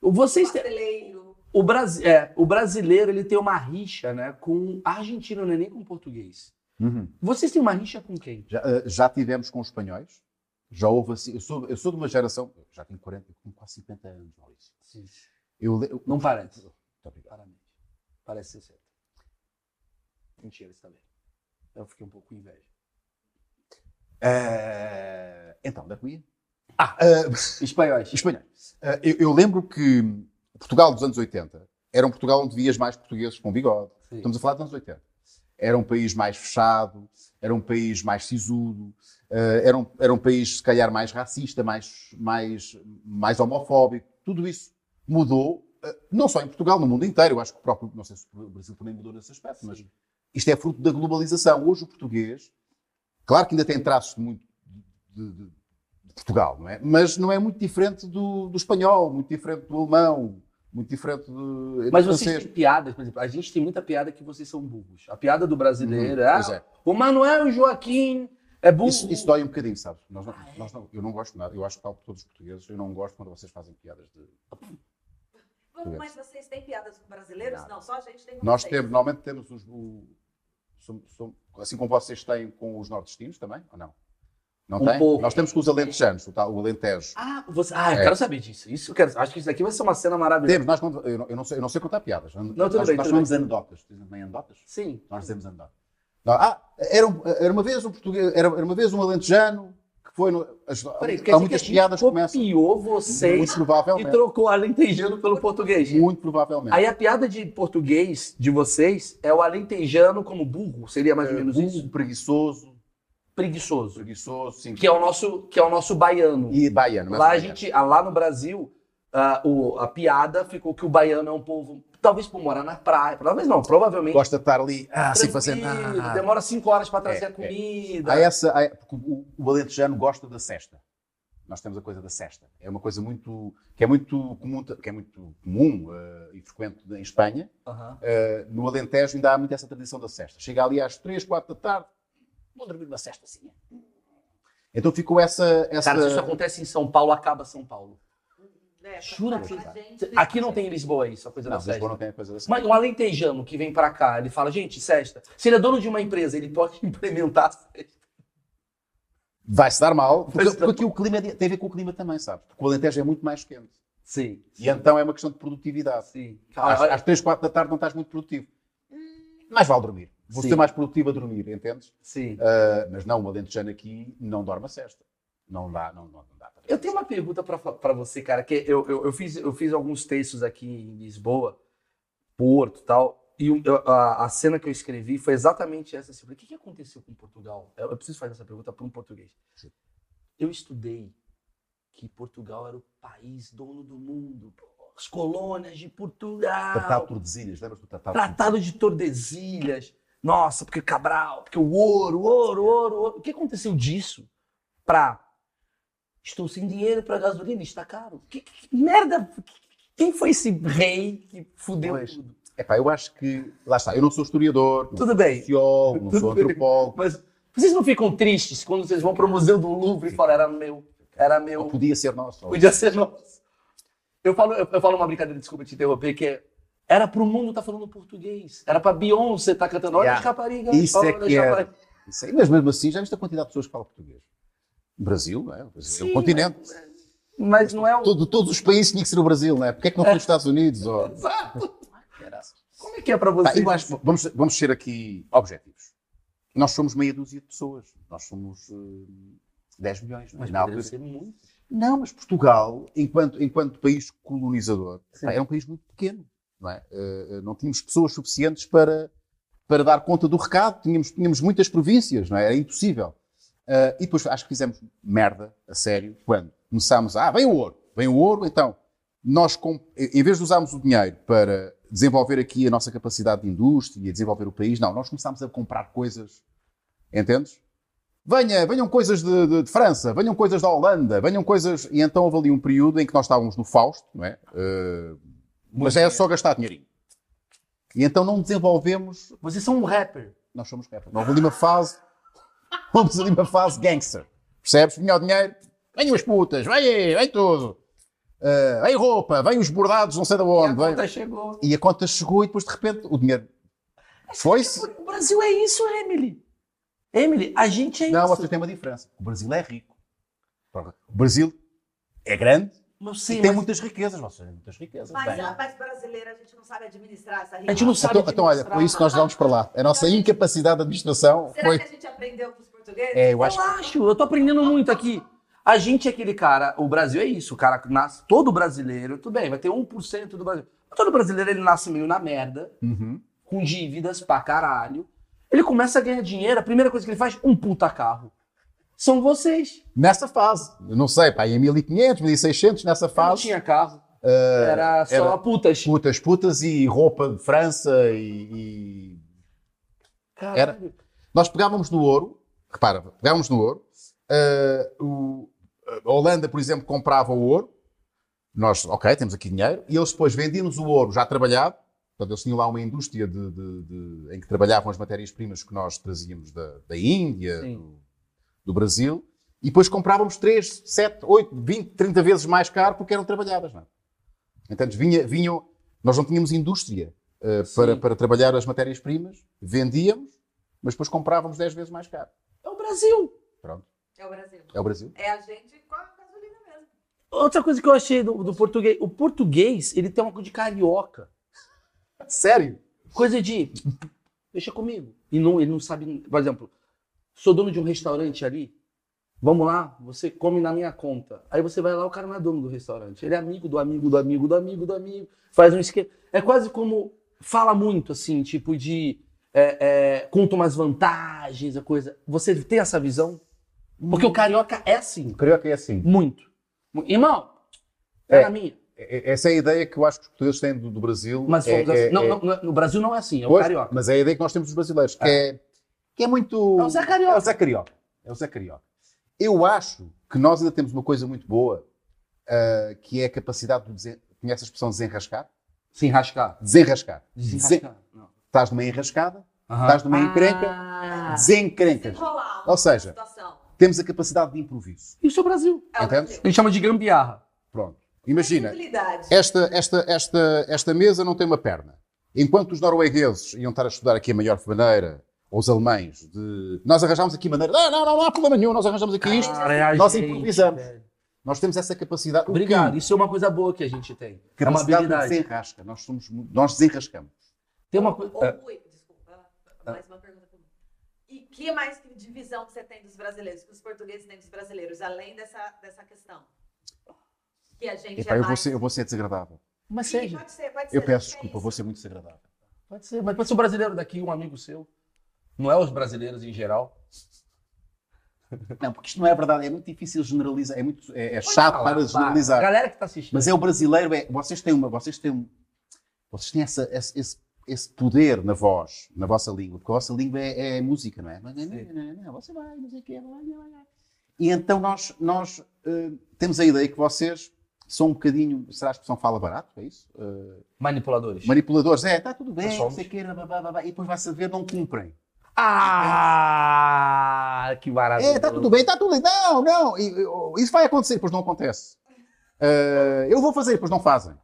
Speaker 3: Vocês têm...
Speaker 4: brasileiro.
Speaker 3: O, Brasi... é, o brasileiro, ele tem uma rixa, né, com argentino, não é nem com português.
Speaker 2: Uhum.
Speaker 3: Vocês têm uma rixa com quem?
Speaker 2: Já, eh, já tivemos com os espanhóis. Já houve assim. Eu sou, eu sou de uma geração. eu Já tenho 40, eu tenho quase 50 anos, Maurício. Eu, le- eu-
Speaker 3: Não parece.
Speaker 2: Muito obrigado.
Speaker 3: Claramente. Parece ser certo. Mentira, isso também. Eu fiquei um pouco com inveja.
Speaker 2: Eh, então, da Cunha?
Speaker 3: Ah.
Speaker 2: Eh,
Speaker 3: Espanhóis.
Speaker 2: espanhóis. Eh, eu, eu lembro que o Portugal dos anos 80 era um Portugal onde vias mais portugueses com bigode.
Speaker 3: Sim.
Speaker 2: Estamos a falar dos anos 80. Era um país mais fechado, era um país mais sisudo, eh, era, um, era um país, se calhar, mais racista, mais, mais, mais homofóbico. Tudo isso mudou, eh, não só em Portugal, no mundo inteiro. Eu acho que o próprio, não sei se o Brasil também mudou nesse aspecto, mas
Speaker 3: Sim.
Speaker 2: isto é fruto da globalização. Hoje o português, claro que ainda tem traços muito de, de- de Portugal, não é? Mas não é muito diferente do, do espanhol, muito diferente do alemão, muito diferente do, do
Speaker 3: Mas vocês
Speaker 2: francês.
Speaker 3: têm piadas, por exemplo, a gente tem muita piada que vocês são burros. A piada do brasileiro,
Speaker 2: Uhum,
Speaker 3: ah,
Speaker 2: pois é.
Speaker 3: o Manuel e o Joaquim é burro.
Speaker 2: Isso, isso dói um bocadinho, sabes? Nós não- nós não- eu não gosto de nada. Eu acho que, tal que todos os portugueses, eu não gosto quando vocês fazem piadas de.
Speaker 4: Vamos, Mas vocês têm piadas com brasileiros?
Speaker 2: Nada.
Speaker 4: Não, só a gente tem com
Speaker 2: Nós
Speaker 4: vocês.
Speaker 2: temos, normalmente temos os. o- som- som- assim como vocês têm com os nordestinos também, ou não? Não
Speaker 3: Um
Speaker 2: tem?
Speaker 3: pouco.
Speaker 2: Nós temos com os alentejanos, o, tal, o alentejo.
Speaker 3: Ah, você... ah eu
Speaker 2: É.
Speaker 3: quero saber disso. Isso eu quero... Acho que isso aqui vai ser uma cena maravilhosa.
Speaker 2: Temos, nós, quando- eu, não, eu não sei, eu não sei contar piadas. Não,
Speaker 3: tudo
Speaker 2: nós
Speaker 3: bem,
Speaker 2: nós
Speaker 3: tudo
Speaker 2: chamamos anedotas. Dizem também anedotas?
Speaker 3: Sim.
Speaker 2: Nós dizemos anedotas. Não, ah, era, um- era uma vez um português, era, era uma vez um alentejano que foi. No, as,
Speaker 3: Peraí, quer
Speaker 2: há
Speaker 3: dizer que a
Speaker 2: muitas
Speaker 3: gente
Speaker 2: piadas que começam.
Speaker 3: copiou vocês
Speaker 2: Muito
Speaker 3: e
Speaker 2: provavelmente.
Speaker 3: trocou alentejano pelo português.
Speaker 2: Muito provavelmente.
Speaker 3: É. Aí a piada de português de vocês é o alentejano como burro, seria mais ou menos
Speaker 2: Um
Speaker 3: isso?
Speaker 2: preguiçoso,
Speaker 3: Preguiçoso.
Speaker 2: preguiçoso, sim.
Speaker 3: Que é o nosso, que é o nosso baiano.
Speaker 2: E baiano. mas é.
Speaker 3: Lá, a
Speaker 2: baiano.
Speaker 3: gente, ah, lá no Brasil, ah, o- a piada ficou que o baiano é um povo, talvez por morar na praia, talvez não, provavelmente.
Speaker 2: Gosta de estar ali, ah, sem
Speaker 3: tranquilo,
Speaker 2: fazer nada.
Speaker 3: Demora cinco horas para trazer
Speaker 2: É,
Speaker 3: a
Speaker 2: é.
Speaker 3: comida.
Speaker 2: Há essa, há- porque o, o alentejano gosta da cesta. Nós temos a coisa da cesta. É uma coisa muito que é muito comum, que é muito comum eh, e frequente em Espanha.
Speaker 3: Aham.
Speaker 2: Eh, no Alentejo ainda há muito essa tradição da cesta. Chega ali às 3, 4 da tarde, vou dormir uma cestazinha. Então ficou essa essa
Speaker 3: Cara, se isso é acontece em São Paulo, acaba São Paulo.
Speaker 4: Né, pra
Speaker 3: Jura
Speaker 4: falar
Speaker 2: que-
Speaker 4: com a gente,
Speaker 3: Aqui não tem em Lisboa isso, a coisa da
Speaker 2: não, Lisboa
Speaker 3: festa.
Speaker 2: não tem a coisa da cesta.
Speaker 3: Mas um alentejano que vem pra cá, ele fala, gente, cesta. Se ele é dono de uma empresa, ele pode implementar a cesta.
Speaker 2: Vai-se dar mal, porque,
Speaker 3: Vai-se dar
Speaker 2: porque o clima é- tem a ver com o clima também, sabes? Porque o Alentejo é muito mais quente.
Speaker 3: Sim.
Speaker 2: E então é uma questão de produtividade.
Speaker 3: Sim.
Speaker 2: Às,
Speaker 3: Ah, Hum.
Speaker 2: às 3, 4 da tarde não estás muito produtivo. Mas vale dormir. Vou
Speaker 3: Sim.
Speaker 2: ser mais produtivo a dormir, entendes?
Speaker 3: sim.
Speaker 2: Ah, mas não, o alentejano aqui não dorme a cesta. Não dá, não, não, não dá. para-
Speaker 3: Eu tenho uma pergunta pra fa- pra você, cara, que eu, eu, eu fiz, eu fiz alguns textos aqui em Lisboa, Porto e tal, e um- eu- a, a cena que eu escrevi foi exatamente essa. Assim, eu falei, o que, que aconteceu com Portugal? Eu, eu preciso fazer essa pergunta para um português. Eu estudei que Portugal era o país dono do mundo, pô, as colônias de
Speaker 2: Tratado
Speaker 3: Portugal,
Speaker 2: de Tordesilhas, lembras do Tratado de
Speaker 3: Tratado de Tordesilhas, nossa, porque Cabral, porque o ouro, ouro, ouro, ouro. O que aconteceu disso pra. Estou sem dinheiro pra gasolina, está caro. Que, que- que merda! Quem foi esse rei que fudeu
Speaker 2: Pois.
Speaker 3: tudo?
Speaker 2: Epá, eu acho que. Lá está, eu não sou historiador, não
Speaker 3: Tudo
Speaker 2: sou
Speaker 3: bem.
Speaker 2: sociólogo, não
Speaker 3: Tudo
Speaker 2: sou
Speaker 3: bem.
Speaker 2: antropólogo.
Speaker 3: Mas vocês não ficam tristes quando vocês vão pro Museu do Louvre e falam, era meu, era
Speaker 2: Ou
Speaker 3: meu,
Speaker 2: podia ser nosso. ou-
Speaker 3: podia ser nosso. Eu falo, eu, eu falo uma brincadeira, desculpa te interromper, que é. Era pro mundo estar falando português. Era pra Beyoncé estar cantando. Olha
Speaker 2: Yeah.
Speaker 3: as raparigas.
Speaker 2: Isso
Speaker 3: olha
Speaker 2: é
Speaker 3: as
Speaker 2: que é-
Speaker 3: raparigas.
Speaker 2: Isso aí, mas mesmo assim, já viste a quantidade de pessoas que falam português? O Brasil, não é? O Brasil é
Speaker 3: Sim,
Speaker 2: o continente.
Speaker 3: Mas não é o.
Speaker 2: Todo- todos os países tinham que ser o Brasil, não é? Porquê é que não foi os Estados Unidos? Ou...
Speaker 3: Exato.
Speaker 2: Caraças.
Speaker 3: Como é que é pra
Speaker 2: Pá,
Speaker 3: você?
Speaker 2: Tá, eu acho- vamos, vamos ser aqui objetivos. Nós somos meia dúzia de pessoas. Nós somos eh, 10 milhões. Não, é?
Speaker 3: Mas
Speaker 2: Na
Speaker 3: poderia
Speaker 2: altura-
Speaker 3: ser muito.
Speaker 2: Não, mas Portugal, enquanto, enquanto país colonizador, pá, era um país muito pequeno. Não, é? Eh, eh, não tínhamos pessoas suficientes para, para dar conta do recado. Tínhamos, tínhamos muitas províncias, não é? Era impossível. Eh, e depois acho que fizemos merda, a sério, quando começámos a. Ah, vem o ouro, vem o ouro, então. Nós, com- em vez de usarmos o dinheiro para desenvolver aqui a nossa capacidade de indústria e desenvolver o país, não, nós começámos a comprar coisas. Entendes? Venha, venham coisas de, de- de França, venham coisas da Holanda, venham coisas. E então houve ali um período em que nós estávamos no Fausto, não é? Eh, mas era só gastar dinheirinho. E então não desenvolvemos.
Speaker 3: Vocês são um rapper.
Speaker 2: Nós somos rappers. Não houve ali uma fase. Houve ali uma fase gangster. Percebes? Vinha o dinheiro, venham as putas, vem, aí, vem tudo. Eh, vem roupa, vem os bordados, não sei de
Speaker 3: E a
Speaker 2: onde. vem-
Speaker 3: conta chegou.
Speaker 2: E a conta chegou e depois de repente o dinheiro foi-se.
Speaker 3: O Brasil é isso, Emily. Emily, a gente é
Speaker 2: Não,
Speaker 3: isso.
Speaker 2: vocês têm uma diferença. O Brasil é rico. O Brasil é grande
Speaker 3: Não
Speaker 2: e
Speaker 3: sei,
Speaker 2: tem
Speaker 3: mas
Speaker 2: muitas riquezas. Vocês têm muitas riquezas.
Speaker 4: Mas,
Speaker 2: bem.
Speaker 4: ah, mas brasileiro, a gente não sabe administrar essa riqueza.
Speaker 3: a gente não sabe.
Speaker 2: Então, então, olha, por isso
Speaker 3: é?
Speaker 2: nós vamos para lá. A nossa incapacidade de administração
Speaker 4: Será
Speaker 2: foi.
Speaker 4: que a gente aprendeu com os portugueses?
Speaker 2: É, eu acho
Speaker 3: Eu acho, eu tô aprendendo muito aqui. A gente é aquele cara, o Brasil é isso, o cara que nasce, todo brasileiro, tudo bem, vai ter 1% do Brasil. Mas todo brasileiro ele nasce meio na merda,
Speaker 2: Uhum.
Speaker 3: com dívidas pra caralho. Ele começa a ganhar dinheiro, a primeira coisa que ele faz, um puta carro. São vocês.
Speaker 2: Nessa fase, eu não sei, pá, em 1500, 1600, nessa
Speaker 3: Eu não
Speaker 2: fase,
Speaker 3: tinha carro. era só
Speaker 2: É, era-
Speaker 3: putas.
Speaker 2: putas, putas e roupa de França e. e-
Speaker 3: Caralho.
Speaker 2: era. Nós pegávamos no ouro, repara, pegávamos no ouro, ah, o- a Holanda, por exemplo, comprava o ouro, nós, ok, temos aqui dinheiro, e eles depois vendiam-nos o ouro já trabalhado, portanto, eles tinham lá uma indústria de, de- de- em que trabalhavam as matérias-primas que nós trazíamos da, da Índia,
Speaker 3: Sim.
Speaker 2: do, do Brasil, e depois comprávamos 3, 7, 8, 20, 30 vezes mais caro porque eram trabalhadas, não é? Portanto, vinha, vinham, nós não tínhamos indústria eh, para,
Speaker 3: Sim.
Speaker 2: para trabalhar as matérias-primas, vendíamos, mas depois comprávamos 10 vezes mais caro.
Speaker 3: É o Brasil.
Speaker 4: É o Brasil.
Speaker 2: É o Brasil.
Speaker 4: É a gente com a gasolina mesmo.
Speaker 3: Outra coisa que eu achei do, do português. O português, ele tem uma coisa de carioca.
Speaker 2: Sério?
Speaker 3: Coisa de. Deixa comigo. E não, ele não sabe. Por exemplo, sou dono de um restaurante ali. Vamos lá, você come na minha conta. Aí você vai lá, o cara não é dono do restaurante. Ele é amigo do amigo do amigo do amigo do amigo. Faz um esquema. É quase como. Fala muito, assim, tipo de. É, é, conta umas vantagens, a coisa. Você tem essa visão? Porque o carioca é assim.
Speaker 2: Carioca é assim.
Speaker 3: Muito. Mu- Irmão, é,
Speaker 2: É.
Speaker 3: na minha.
Speaker 2: É- Essa é a ideia que eu acho que os portugueses têm do, do Brasil.
Speaker 3: Mas
Speaker 2: é,
Speaker 3: fomos assim.
Speaker 2: é-
Speaker 3: não,
Speaker 2: é-
Speaker 3: não, não, no Brasil não é assim, é o
Speaker 2: Pois,
Speaker 3: carioca. Ah.
Speaker 2: Mas é a ideia que nós temos dos brasileiros, que é, que é muito.
Speaker 3: É o Zé Carioca.
Speaker 2: É o Zé Carioca. É o Zé Carioca. Eu acho que nós ainda temos uma coisa muito boa, ah, que é a capacidade de. Desen... Conhece a expressão desenrascar?
Speaker 3: Sem rascar.
Speaker 2: Desenrascar.
Speaker 3: Sem
Speaker 2: Desen-
Speaker 3: rascar. Não.
Speaker 2: Estás numa enrascada,
Speaker 3: Aham.
Speaker 2: estás numa encrenca,
Speaker 4: Ah.
Speaker 2: desencrencas.
Speaker 4: Desenrolar uma
Speaker 2: Ou seja,
Speaker 4: situação.
Speaker 2: temos a capacidade de improviso.
Speaker 3: Isso é o Brasil.
Speaker 4: É o
Speaker 2: Entendes?
Speaker 4: Brasil.
Speaker 3: A gente chama de gambiarra.
Speaker 2: Pronto. Imagina, é
Speaker 4: Flexibilidade.
Speaker 2: esta, esta, esta, esta mesa não tem uma perna. Enquanto os noruegueses iam estar a estudar aqui a melhor maneira, ou os alemães, de nós arranjámos aqui maneira, não, não, não, não há problema nenhum, nós arranjamos aqui isto.
Speaker 3: Cara, é a
Speaker 2: Ah, Nós
Speaker 3: gente,
Speaker 2: improvisamos.
Speaker 3: velho.
Speaker 2: Nós temos essa capacidade. o
Speaker 3: Obrigado.
Speaker 2: que-
Speaker 3: Isso é uma coisa boa que a gente tem. É uma
Speaker 2: Capacidade de
Speaker 3: habilidade.
Speaker 2: desenrasca. Nós, somos, mu- nós desenrascamos.
Speaker 3: Tem uma Oh, coisa. é.
Speaker 2: É.
Speaker 4: Ô, Rui, desculpa, né? mais uma pergunta pra mim. E que mais que divisão que você tem dos brasileiros, que os portugueses têm dos brasileiros, além dessa, dessa questão? Que a gente
Speaker 2: Epá,
Speaker 4: é
Speaker 2: eu, vou
Speaker 4: mais...
Speaker 2: ser, eu vou ser desagradável.
Speaker 3: Mas
Speaker 4: Sim,
Speaker 3: seja.
Speaker 4: pode ser, pode ser.
Speaker 2: Eu peço
Speaker 4: é
Speaker 2: desculpa, eu
Speaker 4: isso.
Speaker 2: vou ser muito desagradável.
Speaker 3: Pode ser. Mas pode ser um brasileiro daqui, um amigo seu. Não é os brasileiros em geral.
Speaker 2: Não, porque isto não é verdade. É muito difícil generalizar. É, muito, é, é
Speaker 3: Pode
Speaker 2: chato
Speaker 3: falar,
Speaker 2: para
Speaker 3: vá.
Speaker 2: generalizar.
Speaker 3: A galera que tá assistindo.
Speaker 2: Mas é o brasileiro, é, vocês têm uma, vocês têm um, vocês têm essa, esse, esse- esse poder na voz, na vossa língua, porque a vossa língua é, é música, não é? Mas não, não, não, não, você vai, não sei o quê, vai, vai, vai, vai. E então nós, nós eh, temos a ideia que vocês são um bocadinho, será a expressão fala barato, é isso? Eh,
Speaker 3: Manipuladores.
Speaker 2: manipuladores, é, está tudo bem,
Speaker 3: Nós
Speaker 2: não
Speaker 3: somos.
Speaker 2: sei o quê, blá, blá, blá, blá, e depois vai-se ver, não cumprem.
Speaker 3: Ah, que maravilha.
Speaker 2: É, está tudo bem, está tudo bem, não, não, e- e- isso vai acontecer, depois não acontece. Eh, eu vou fazer, depois não fazem.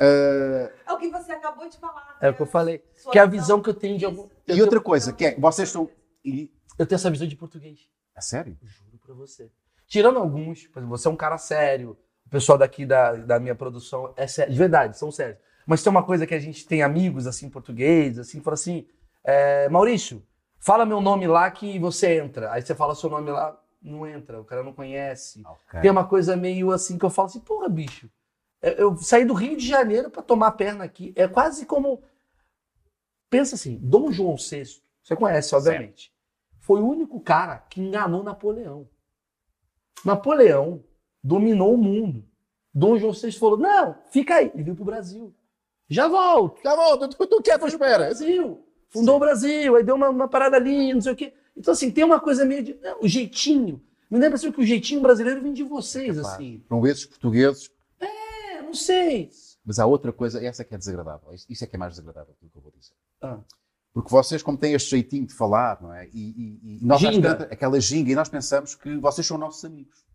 Speaker 4: É o que você acabou de falar. né?
Speaker 3: É o que eu falei.
Speaker 4: Sua Então,
Speaker 3: Que é a visão que eu tenho de
Speaker 4: isso.
Speaker 3: algum.
Speaker 2: E outra coisa, que é, vocês são, e-
Speaker 3: Eu tenho essa visão de português.
Speaker 2: a sério?
Speaker 3: Juro pra você. Tirando alguns, por exemplo, você é um cara sério. O pessoal daqui da, da minha produção é sério. De verdade, são sérios. Mas tem uma coisa que a gente tem amigos, assim, portugueses, assim, que fala assim: é, Maurício, fala meu nome lá que você entra. Aí você fala seu nome lá, não entra, o cara não conhece. É. Tem uma coisa meio assim que eu falo assim: porra, bicho, eu, eu saí do Rio de Janeiro pra tomar a perna aqui. É quase como. Pensa assim: Dom João VI, você conhece, obviamente foi o único cara que enganou Napoleão. Napoleão dominou o mundo. Dom João VI falou: não, fica aí. E veio pro Brasil. Já volto.
Speaker 2: Já volto, Tá tu, é tu quer, tu espera.
Speaker 3: Brasil. Fundou o Brasil, aí deu uma, uma parada ali, não sei o quê. Então, assim, tem uma coisa meio de. né, o jeitinho. Me lembra assim, que o jeitinho brasileiro vem de vocês,
Speaker 2: Capaz.
Speaker 3: assim.
Speaker 2: São esses portugueses.
Speaker 3: É, não sei.
Speaker 2: Mas há outra coisa, essa que é desagradável. Isso isso é que é mais desagradável do que eu vou dizer.
Speaker 3: Ah.
Speaker 2: Porque vocês, como têm este jeitinho de falar, não é? E, e- e nós às
Speaker 3: Ginga.
Speaker 2: tantas- aquela ginga, e nós pensamos que vocês são nossos amigos.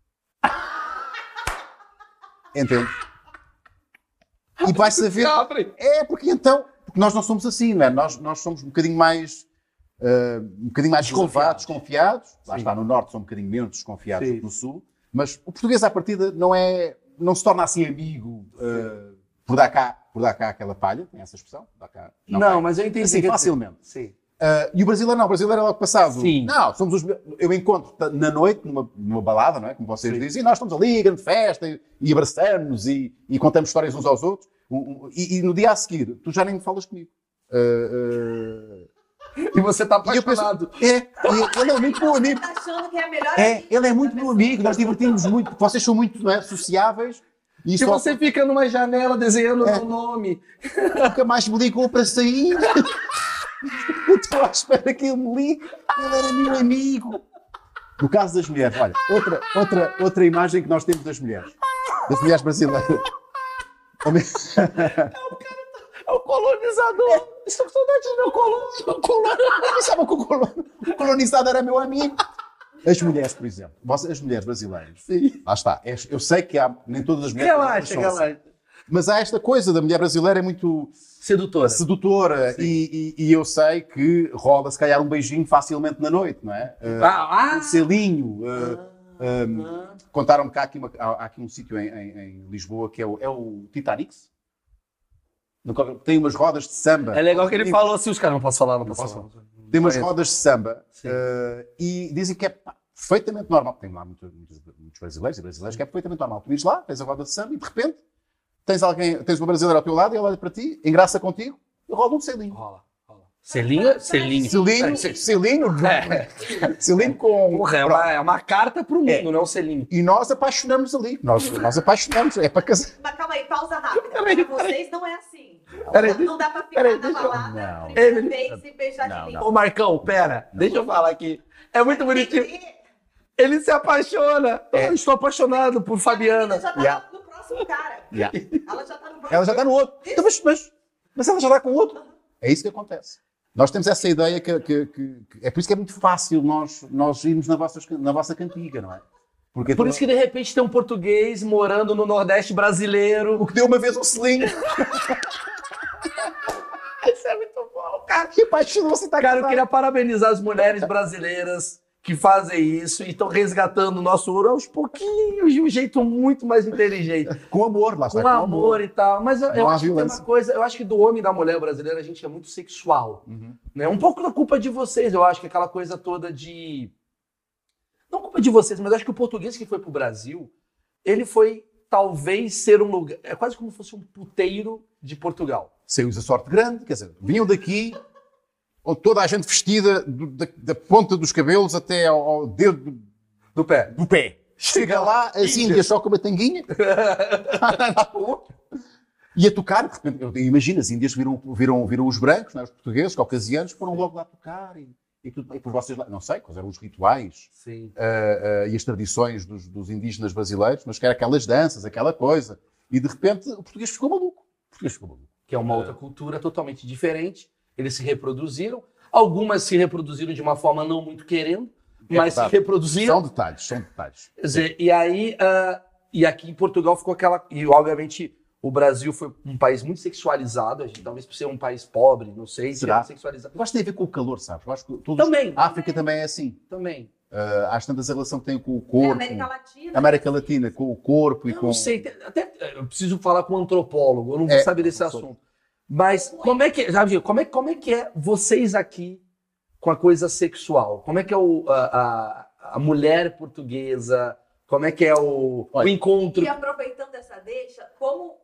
Speaker 2: Entende? E vai saber. É, porque então. Porque nós não somos assim, não é? Nós, nós somos um bocadinho mais. ah, um bocadinho mais
Speaker 3: Desconfiados.
Speaker 2: desconfiados, desconfiados. Lá
Speaker 3: Sim.
Speaker 2: está, no norte são um bocadinho menos desconfiados
Speaker 3: Sim.
Speaker 2: do que no sul. Mas o português, à partida, não é. Não se torna assim amigo ah, por, dar cá, por dar cá aquela palha, tem essa expressão? Dar cá,
Speaker 3: Não,
Speaker 2: palha.
Speaker 3: mas eu entendi.
Speaker 2: Assim,
Speaker 3: que-
Speaker 2: facilmente.
Speaker 3: Sim.
Speaker 2: Ah, e o brasileiro não, o brasileiro é logo passado.
Speaker 3: Sim.
Speaker 2: Não, somos os. me- Eu encontro ta- na noite, numa, numa balada, não é? Como vocês
Speaker 3: Sim.
Speaker 2: dizem, e nós estamos ali, grande festa, e, e abraçamos e, e contamos histórias uns aos outros. O- o- e, e no dia a seguir, tu já nem falas comigo. Ah, ah,
Speaker 3: E você tá
Speaker 2: E eu penso-
Speaker 3: apaixonado.
Speaker 2: é, e ele é muito meu amigo.
Speaker 4: Tá achando que é a melhor
Speaker 2: É,
Speaker 4: amiga
Speaker 2: ele é muito
Speaker 4: da
Speaker 2: meu
Speaker 4: pessoa.
Speaker 2: amigo, nós divertimos muito, vocês são muito não é, sociáveis. E,
Speaker 3: E
Speaker 2: só
Speaker 3: você fica numa janela desenhando o
Speaker 2: É.
Speaker 3: seu nome.
Speaker 2: nunca mais me ligou para sair. Eu estou à espera que ele me ligue. Ele era meu amigo. No caso das mulheres, olha, outra, outra, outra imagem que nós temos das mulheres. Das mulheres brasileiras. Homem-
Speaker 1: É o colonizador.
Speaker 3: É.
Speaker 1: Estou com saudade do meu colono.
Speaker 2: Pensava que o colono- o colonizado era meu amigo. As mulheres, por exemplo. Vocês, as mulheres brasileiras.
Speaker 3: Sim.
Speaker 2: Lá está. É- Eu sei que há, nem todas as mulheres. brasileiras
Speaker 3: Relaxa,
Speaker 2: são assim.
Speaker 3: relaxa.
Speaker 2: Mas há esta coisa da mulher brasileira é muito
Speaker 3: Sedutora.
Speaker 2: sedutora e, e- e eu sei que rola, se calhar, um beijinho facilmente na noite, não é? Uh,
Speaker 3: Ah, ah,
Speaker 2: um selinho. uh,
Speaker 3: ah.
Speaker 2: Contaram-me que há aqui, uma- há- há aqui um sítio em, em- em Lisboa que é o, é o Titanic. No qual Tem umas rodas de samba.
Speaker 3: É legal que ele
Speaker 2: E-
Speaker 3: falou assim, os caras não posso falar, não
Speaker 2: Não
Speaker 3: posso
Speaker 2: posso
Speaker 3: falar.
Speaker 2: Tem umas
Speaker 3: Conheço.
Speaker 2: rodas de samba
Speaker 3: Sim.
Speaker 2: eh, e dizem que é pá, perfeitamente normal. Tem lá muito- muitos, muitos brasileiros e brasileiras que é perfeitamente normal. Tu ires lá, tens a roda de samba e de repente tens alguém, tens uma brasileira ao teu lado e ela olha para ti, engraça contigo e rola um selinho.
Speaker 3: Rola, rola. Selinho, selinho.
Speaker 2: Selinho,
Speaker 3: É, se-
Speaker 2: selinho,
Speaker 3: É.
Speaker 2: selinho com.
Speaker 3: Porra, é
Speaker 2: pronto.
Speaker 3: uma, é uma carta pro mundo,
Speaker 2: É.
Speaker 3: não é um selinho.
Speaker 2: E nós apaixonamos ali. Nós, nós apaixonamos. É para casar.
Speaker 4: Mas calma aí, pausa rápida.
Speaker 3: Peraí,
Speaker 4: Pra vocês não é assim.
Speaker 3: Peraí,
Speaker 4: Não- não dá pra ficar
Speaker 3: peraí,
Speaker 4: na
Speaker 3: deixa eu-
Speaker 4: balada
Speaker 2: Não.
Speaker 4: primeira vez e beijar
Speaker 2: Não,
Speaker 4: de
Speaker 2: não.
Speaker 4: língua.
Speaker 3: Ô Marcão, pera, deixa eu falar aqui. É muito bonitinho.
Speaker 4: Menina,
Speaker 3: Ele se apaixona. Eu estou apaixonado por
Speaker 4: a menina
Speaker 3: Fabiana.
Speaker 4: já tá
Speaker 2: Yeah.
Speaker 4: no próximo cara.
Speaker 2: Yeah.
Speaker 4: Ela já tá no próximo.
Speaker 2: Ela já está no outro. Então, mas, mas, mas ela já
Speaker 3: tá
Speaker 2: está com o outro. É isso que acontece. Nós temos essa ideia que, que- que- que- é por isso que é muito fácil nós, nós irmos na, vossas, can- na vossa cantiga, não é? Porque
Speaker 3: Por isso que de repente tem um português morando no Nordeste brasileiro.
Speaker 2: o que deu uma vez um selinho,
Speaker 3: Isso é muito bom, cara.
Speaker 2: que apaixonou você está
Speaker 3: Cara, eu
Speaker 2: tá casado.
Speaker 3: queria parabenizar as mulheres brasileiras que fazem isso e estão resgatando o nosso ouro aos pouquinhos, de um jeito muito mais inteligente.
Speaker 2: Com amor, lá está.
Speaker 3: com Um amor e tal. Mas eu,
Speaker 2: tá Não
Speaker 3: eu
Speaker 2: há
Speaker 3: acho que tem uma
Speaker 2: violência.
Speaker 3: coisa, eu acho que do homem e da mulher brasileira a gente é muito sexual.
Speaker 2: Uhum.
Speaker 3: Né? Um pouco da culpa de vocês, eu acho que aquela coisa toda de. Não culpa de vocês, mas eu acho que o português que foi pro Brasil, ele foi talvez ser um lugar. É quase como se fosse um puteiro de Portugal.
Speaker 2: Saiu-os a sorte grande, quer dizer, vinham daqui, ou toda a gente vestida do- da, da ponta dos cabelos até ao, ao dedo do-
Speaker 3: Do pé.
Speaker 2: do pé. Chega lá, as índias só com uma tanguinha, E a tocar, de repente, eu- imagina, as índias viram, viram, viram os brancos, não é? os portugueses, caucasianos, foram logo lá tocar e, e tudo bem. Por vocês lá, não sei quais eram os rituais
Speaker 3: Sim.
Speaker 2: ah, ah, e as tradições dos, dos indígenas brasileiros, mas que era aquelas danças, aquela coisa. E de repente o português ficou maluco. O português ficou maluco.
Speaker 3: que é uma outra cultura totalmente diferente. Eles se reproduziram. Algumas se reproduziram de uma forma não muito querendo,
Speaker 2: É
Speaker 3: mas
Speaker 2: verdade.
Speaker 3: se reproduziram.
Speaker 2: São detalhes, são detalhes.
Speaker 3: Quer dizer, e aí, ah, e aqui em Portugal ficou aquela. E obviamente o Brasil foi um país muito sexualizado, a gente, talvez por ser um país pobre, não sei, se
Speaker 2: Será?
Speaker 3: é sexualizado.
Speaker 2: Eu acho que tem a ver com o calor, sabes? Eu acho que todos...
Speaker 3: Também,
Speaker 2: A África também é assim.
Speaker 3: também.
Speaker 2: Ah, às tantas a relação que tem com o
Speaker 4: É,
Speaker 2: corpo.
Speaker 4: América Latina.
Speaker 2: a América Latina, com o corpo e
Speaker 3: Eu
Speaker 2: com.
Speaker 3: não sei, te- até eu preciso falar com um antropólogo, eu não vou
Speaker 2: É,
Speaker 3: saber desse
Speaker 2: não sou.
Speaker 3: assunto. Mas como é que, sabe, como é, como é que é vocês aqui com a coisa sexual? Como é que é o, a, a, a mulher portuguesa? Como é que é o, o
Speaker 2: Olha,
Speaker 3: encontro?
Speaker 4: E aproveitando essa deixa, como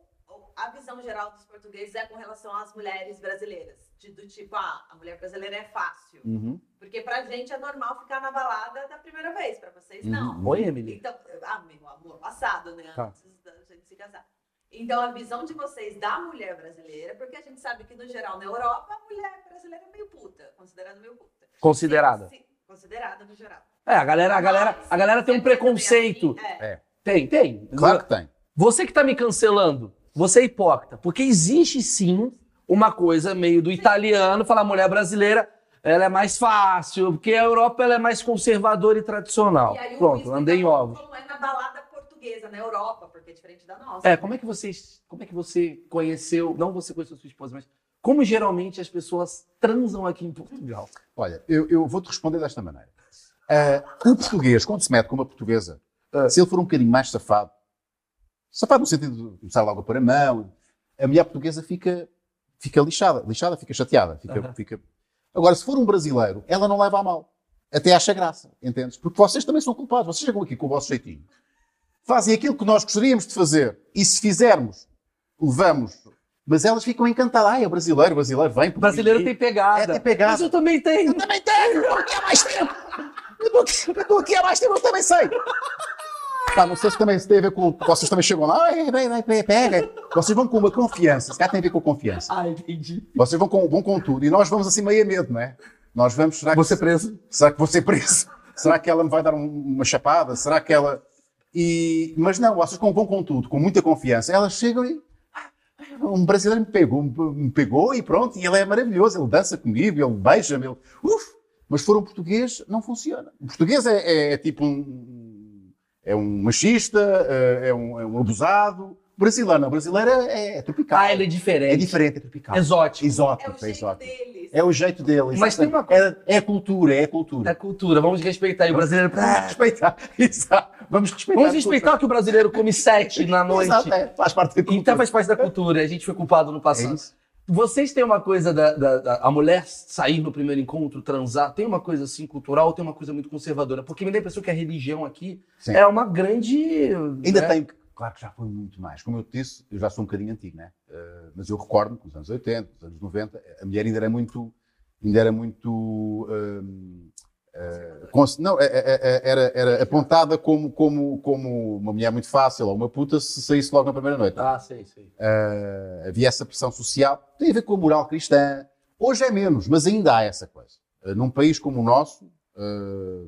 Speaker 4: a visão geral dos portugueses é com relação às mulheres brasileiras? De- do tipo, ah, a mulher brasileira é fácil.
Speaker 3: Hum.
Speaker 2: Uhum.
Speaker 4: Porque pra gente é normal ficar na balada da primeira vez, pra vocês não.
Speaker 2: Uhum.
Speaker 3: Oi, Emily.
Speaker 4: Então, ah, meu amor, passado, né?
Speaker 3: Tá.
Speaker 4: Antes da gente se casar. Então, a visão de vocês da mulher brasileira, porque a gente sabe que, no geral, na Europa, a mulher brasileira é meio puta, considerada meio puta.
Speaker 3: Considerada.
Speaker 4: Se- se- considerada, no geral.
Speaker 3: É, a galera, a galera, a galera tem um preconceito.
Speaker 4: É.
Speaker 3: Tem, tem.
Speaker 2: Claro que tem.
Speaker 3: Você que tá me cancelando, você é hipócrita. Porque existe sim uma coisa meio do italiano, falar mulher brasileira, ela é mais fácil, porque a Europa ela é mais conservadora e tradicional.
Speaker 4: E aí, o Luiz
Speaker 3: Pronto,
Speaker 4: me
Speaker 3: andei em
Speaker 4: falou
Speaker 3: ovos.
Speaker 4: Como é na balada portuguesa, na Europa, porque é diferente da nossa.
Speaker 3: É, como é que vocês, como é que você conheceu, não você conheceu sua esposa, mas como geralmente as pessoas transam aqui em Portugal?
Speaker 2: Olha, eu, eu vou-te responder desta maneira. Ah, o português, quando se mete com uma portuguesa,
Speaker 3: Ah.
Speaker 2: se ele for um bocadinho mais safado, safado no sentido de começar logo a pôr a mão, a mulher portuguesa fica, fica lixada, lixada, fica chateada. Fica,
Speaker 3: Aham.
Speaker 2: fica... Agora, se for um brasileiro, ela não leva a mal. Até acha graça, entendes? Porque vocês também são culpados. Vocês chegam aqui com o vosso jeitinho. Fazem aquilo que nós gostaríamos de fazer. E se fizermos, levamos. Mas elas ficam encantadas. Ah, é brasileiro, brasileiro, vem.
Speaker 3: O brasileiro tem pegada.
Speaker 2: É, tem pegada.
Speaker 3: Mas eu também tenho.
Speaker 2: Eu também tenho, eu aqui há mais tempo. Eu estou aqui- Eu estou aqui há mais tempo, eu também sei. Pá, não sei se também se tem a ver com. Vocês também chegam lá, "Ai, vai, vai, pega, pega. Vocês vão com uma confiança, se calhar tem a ver com confiança.
Speaker 3: Ah, entendi.
Speaker 2: Vocês vão com, vão com tudo e nós vamos assim meio a medo, não é? Nós vamos, será que,
Speaker 3: preso.
Speaker 2: será que vou ser preso? Será que ela me vai dar um- uma chapada? Será que ela. E... Mas não, vocês com, com, com tudo, com muita confiança. Elas chegam e. "Ah, Um brasileiro me pegou, me pegou e pronto, e ele é maravilhoso, ele dança comigo, ele beija-me, ele. Uf! Mas se for um português, não funciona. O português é, é tipo um. É um machista, é é um, é um abusado. O brasileiro não, o brasileiro é, é tropical.
Speaker 3: Ah, ele é diferente.
Speaker 2: É diferente, é tropical.
Speaker 3: Exótico.
Speaker 4: É
Speaker 2: Exótico,
Speaker 4: o
Speaker 2: é
Speaker 4: jeito
Speaker 2: exótico.
Speaker 4: deles.
Speaker 2: É o jeito dele.
Speaker 3: Mas tem uma
Speaker 2: coisa. É, é a cultura, é a cultura.
Speaker 3: É cultura. Vamos respeitar. E o brasileiro.
Speaker 2: Vamos respeitar. Exato.
Speaker 3: Vamos
Speaker 2: Vamos respeitar. a cultura.
Speaker 3: respeitar que o brasileiro come sete na noite.
Speaker 2: Exato, é. Faz parte da cultura.
Speaker 3: Então faz parte da cultura. A gente foi culpado no
Speaker 2: É
Speaker 3: passado.
Speaker 2: isso.
Speaker 3: Vocês têm uma coisa da, da- da- a mulher sair no primeiro encontro, transar, tem uma coisa assim cultural, ou tem uma coisa muito conservadora, porque me dá a impressão que a religião aqui
Speaker 2: Sim.
Speaker 3: é uma grande
Speaker 2: Ainda
Speaker 3: né?
Speaker 2: tenho. Claro que já foi muito mais. Como eu te disse, eu já sou um bocadinho antigo, né? Eh, mas eu recordo que nos anos 80, nos anos 90, a mulher ainda era muito. Ainda era muito. ehm, eh, cons- não, é- é- é- era, era apontada como, como, como uma mulher muito fácil ou uma puta se saísse logo na primeira noite.
Speaker 3: Ah, sei, sei.
Speaker 2: eh, havia essa pressão social, tem a ver com a moral cristã. Hoje é menos, mas ainda há essa coisa. Eh, num país como o nosso, eh,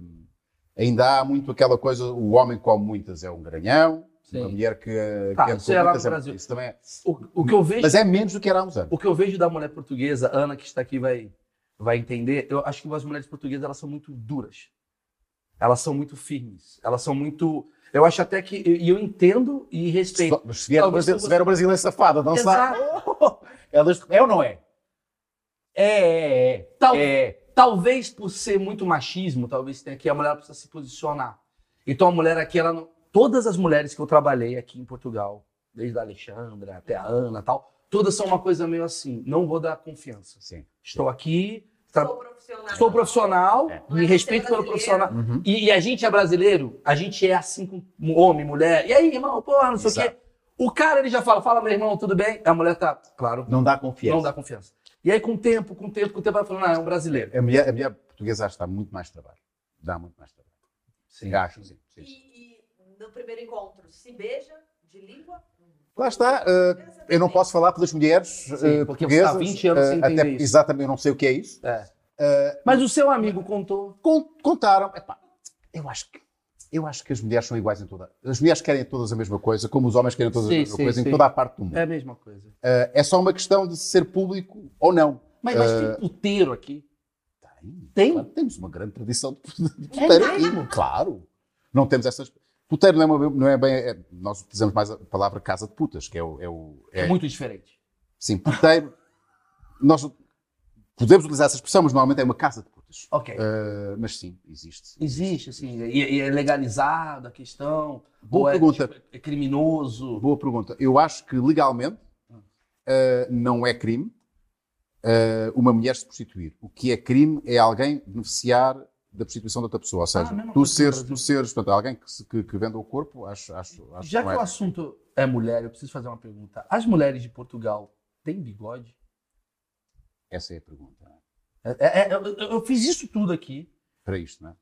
Speaker 2: ainda há muito aquela coisa: o homem come muitas é um granhão,
Speaker 3: Sim.
Speaker 2: a mulher que, eh,
Speaker 3: Tá,
Speaker 2: quer
Speaker 3: isso é lá no
Speaker 2: muitas
Speaker 3: Brasil.
Speaker 2: Isso também é.
Speaker 3: O, o que eu vejo,
Speaker 2: Mas é menos do que era há uns anos.
Speaker 3: o que eu vejo da mulher portuguesa, Ana que está aqui vai vai entender. Eu acho que as mulheres portuguesas elas são muito duras. Elas são muito firmes. Elas são muito eu acho até que e eu entendo e respeito.
Speaker 2: Só- Mas se vier, o
Speaker 3: Talvez
Speaker 2: brasile-
Speaker 3: tu-
Speaker 2: se vier o brasileiro safado a dançar, elas, é ou não é? É, é, é.
Speaker 3: Tal-
Speaker 2: é.
Speaker 3: talvez por ser muito machismo, talvez tenha aqui, a mulher precisa se posicionar. Então a mulher aqui, ela não... todas as mulheres que eu trabalhei aqui em Portugal, desde a Alexandra até a Ana tal, todas são uma coisa meio assim, não vou dar confiança.
Speaker 2: Sim.
Speaker 3: Estou aqui, tra-
Speaker 4: Sou profissional.
Speaker 3: tá- sou profissional,
Speaker 2: É.
Speaker 3: me respeito pelo
Speaker 4: Brasileiro.
Speaker 3: profissional.
Speaker 2: Uhum.
Speaker 3: E, e a gente é brasileiro, a gente é assim com homem, mulher. E aí, irmão, porra, não sei o quê.
Speaker 2: Exato.
Speaker 3: O cara, ele já fala, fala, meu irmão, tudo bem? A mulher tá, claro,
Speaker 2: Não dá confiança.
Speaker 3: não dá confiança. E aí, com o tempo, com o tempo, com o tempo, ela falando, ah, é um brasileiro.
Speaker 2: A, mulher, a mulher portuguesa acho que dá muito mais trabalho. Dá muito mais trabalho. Sim. Acho, sim. sim.
Speaker 4: E, e no primeiro encontro, se beija de língua?
Speaker 2: Lá está. eh, eu não posso falar pelas mulheres eh,
Speaker 3: porque você
Speaker 2: portuguesas.
Speaker 3: está há 20 anos
Speaker 2: eh,
Speaker 3: sem entender
Speaker 2: até,
Speaker 3: isso.
Speaker 2: Exatamente, eu não sei o que é isso.
Speaker 3: Mas o seu amigo contou.
Speaker 2: Con- contaram. Epá, eu acho que. Eu acho que as mulheres são iguais em toda. As mulheres querem todas a mesma coisa, como os homens querem todas
Speaker 3: Sim,
Speaker 2: a mesma
Speaker 3: sim,
Speaker 2: coisa,
Speaker 3: sim.
Speaker 2: em toda a parte do mundo.
Speaker 3: É a mesma coisa.
Speaker 2: Eh, É só uma questão de ser público ou não.
Speaker 3: Mas, mas tem
Speaker 2: Eh,
Speaker 3: puteiro aqui.
Speaker 2: Tem.
Speaker 3: Tem? um
Speaker 2: Claro, temos uma grande tradição de
Speaker 3: É
Speaker 2: puteirismo, claro. Não temos essas. Puteiro não é, uma- não é bem. é- nós utilizamos mais a palavra casa de putas, que é o. É o
Speaker 3: É
Speaker 2: é-
Speaker 3: muito diferente.
Speaker 2: Sim, puteiro. Nós podemos utilizar essa expressão, mas normalmente é uma casa de putas.
Speaker 3: Ok.
Speaker 2: Ah, mas sim, existe.
Speaker 3: Existe, assim, e, e é legalizado a questão.
Speaker 2: Boa
Speaker 3: ou é,
Speaker 2: pergunta.
Speaker 3: tipo, é criminoso.
Speaker 2: Boa pergunta. Eu acho que legalmente ah, não é crime ah, uma mulher se prostituir. O que é crime é alguém beneficiar da prostituição de outra pessoa. Ou seja,
Speaker 3: Ah, a mesma coisa
Speaker 2: tu,
Speaker 3: que no
Speaker 2: seres,
Speaker 3: Brasil.
Speaker 2: tu seres, portanto, alguém que, se- que- que venda o corpo, acho, acho, acho
Speaker 3: Já que
Speaker 2: não é.
Speaker 3: o assunto é mulher, eu preciso fazer uma pergunta. As mulheres de Portugal têm bigode?
Speaker 2: Essa é a pergunta. não é?
Speaker 3: É- é- é- eu, eu- eu fiz isso tudo aqui.
Speaker 2: Para isto, não é?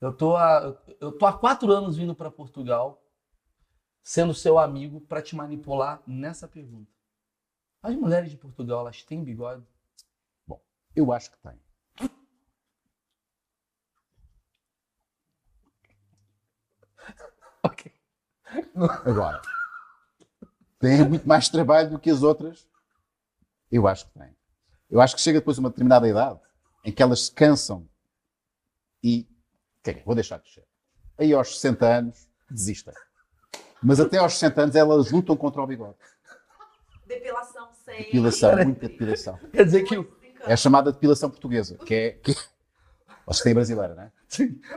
Speaker 3: Eu tô há, eu tô há quatro anos vindo para Portugal, sendo seu amigo, para te manipular nessa pergunta. As mulheres de Portugal, elas têm bigode?
Speaker 2: Eu acho que tem.
Speaker 3: Ok.
Speaker 2: Agora, tem muito mais trabalho do que as outras? Eu acho que tem. Eu acho que chega depois a uma determinada idade em que elas se cansam e. "Quer dizer, Vou deixar de crescer. Aí aos 60 anos, desistem. Mas até aos 60 anos elas lutam contra o bigode.
Speaker 4: Depilação sem.
Speaker 2: Depilação, muita depilação.
Speaker 3: Quer dizer que o-
Speaker 2: É a chamada depilação portuguesa, que é. Que... Vocês têm brasileira, não é?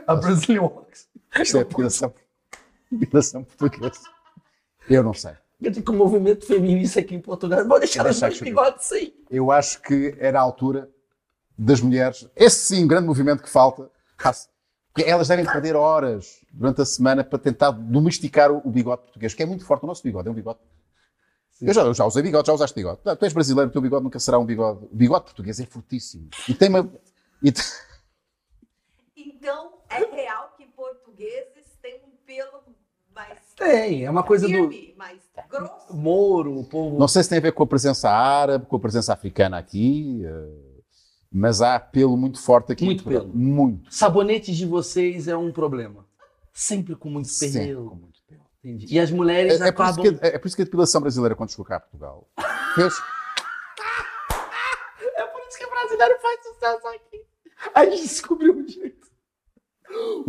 Speaker 3: a Brazilian Wax.
Speaker 2: Isto é depilação, depilação portuguesa. Eu não sei.
Speaker 3: Quer dizer que o movimento feminista aqui em Portugal. Vou deixar
Speaker 2: Vou
Speaker 3: os
Speaker 2: deixar
Speaker 3: meus
Speaker 2: que-
Speaker 3: bigodes sair.
Speaker 2: eu acho que era a altura das mulheres. Esse sim, o grande movimento que falta. Porque elas devem perder horas durante a semana para tentar domesticar o, o bigode português, que é muito forte. O nosso bigode é um bigode. Eu já, eu já usei bigode, já usaste bigode. Não, tu és brasileiro, o teu bigode nunca será um bigode. O bigode português é fortíssimo. E tem uma. e tem-
Speaker 4: Então, é real que portugueses têm um pelo mais
Speaker 3: Tem, é uma coisa do
Speaker 4: firme, mais grosso.
Speaker 3: Moro, o povo.
Speaker 2: Não sei se tem a ver com a presença árabe, com a presença africana aqui. eh, Mas há apelo muito forte aqui.
Speaker 3: Muito pelo.
Speaker 2: Muito.
Speaker 3: Sabonetes de vocês é um problema. Sempre com muito
Speaker 2: Sempre com
Speaker 3: pelo.
Speaker 2: muito pelo.
Speaker 3: Entendi. E as mulheres
Speaker 2: É, é por isso
Speaker 3: acabam.
Speaker 2: que, é- é por isso que a depilação brasileira, quando chegou cá a Portugal, fez.
Speaker 3: É por isso que o brasileiro faz sucesso aqui. A gente descobriu um jeito.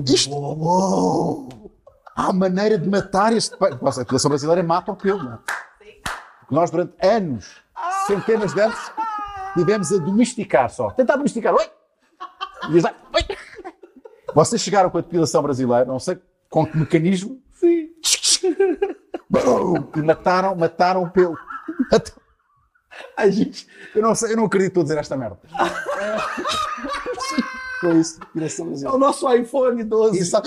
Speaker 2: Isto. Uou! Há maneira de matar este. pa- Nossa, a depilação brasileira mata o pelo, não é?
Speaker 4: Sim.
Speaker 2: Porque nós, durante anos, centenas de anos, tivemos a domesticar só. Tentar domesticar. Oi! E eles lá, Oi! Vocês chegaram com a depilação brasileira, não sei com que mecanismo.
Speaker 3: Sim.
Speaker 2: bum, que mataram, mataram o pelo.
Speaker 3: A gente.
Speaker 2: Eu não, sei, eu não acredito que estou a dizer esta merda. Foi isso, depilação
Speaker 3: É o
Speaker 2: brasileira.
Speaker 3: nosso iPhone 12.
Speaker 2: Isso,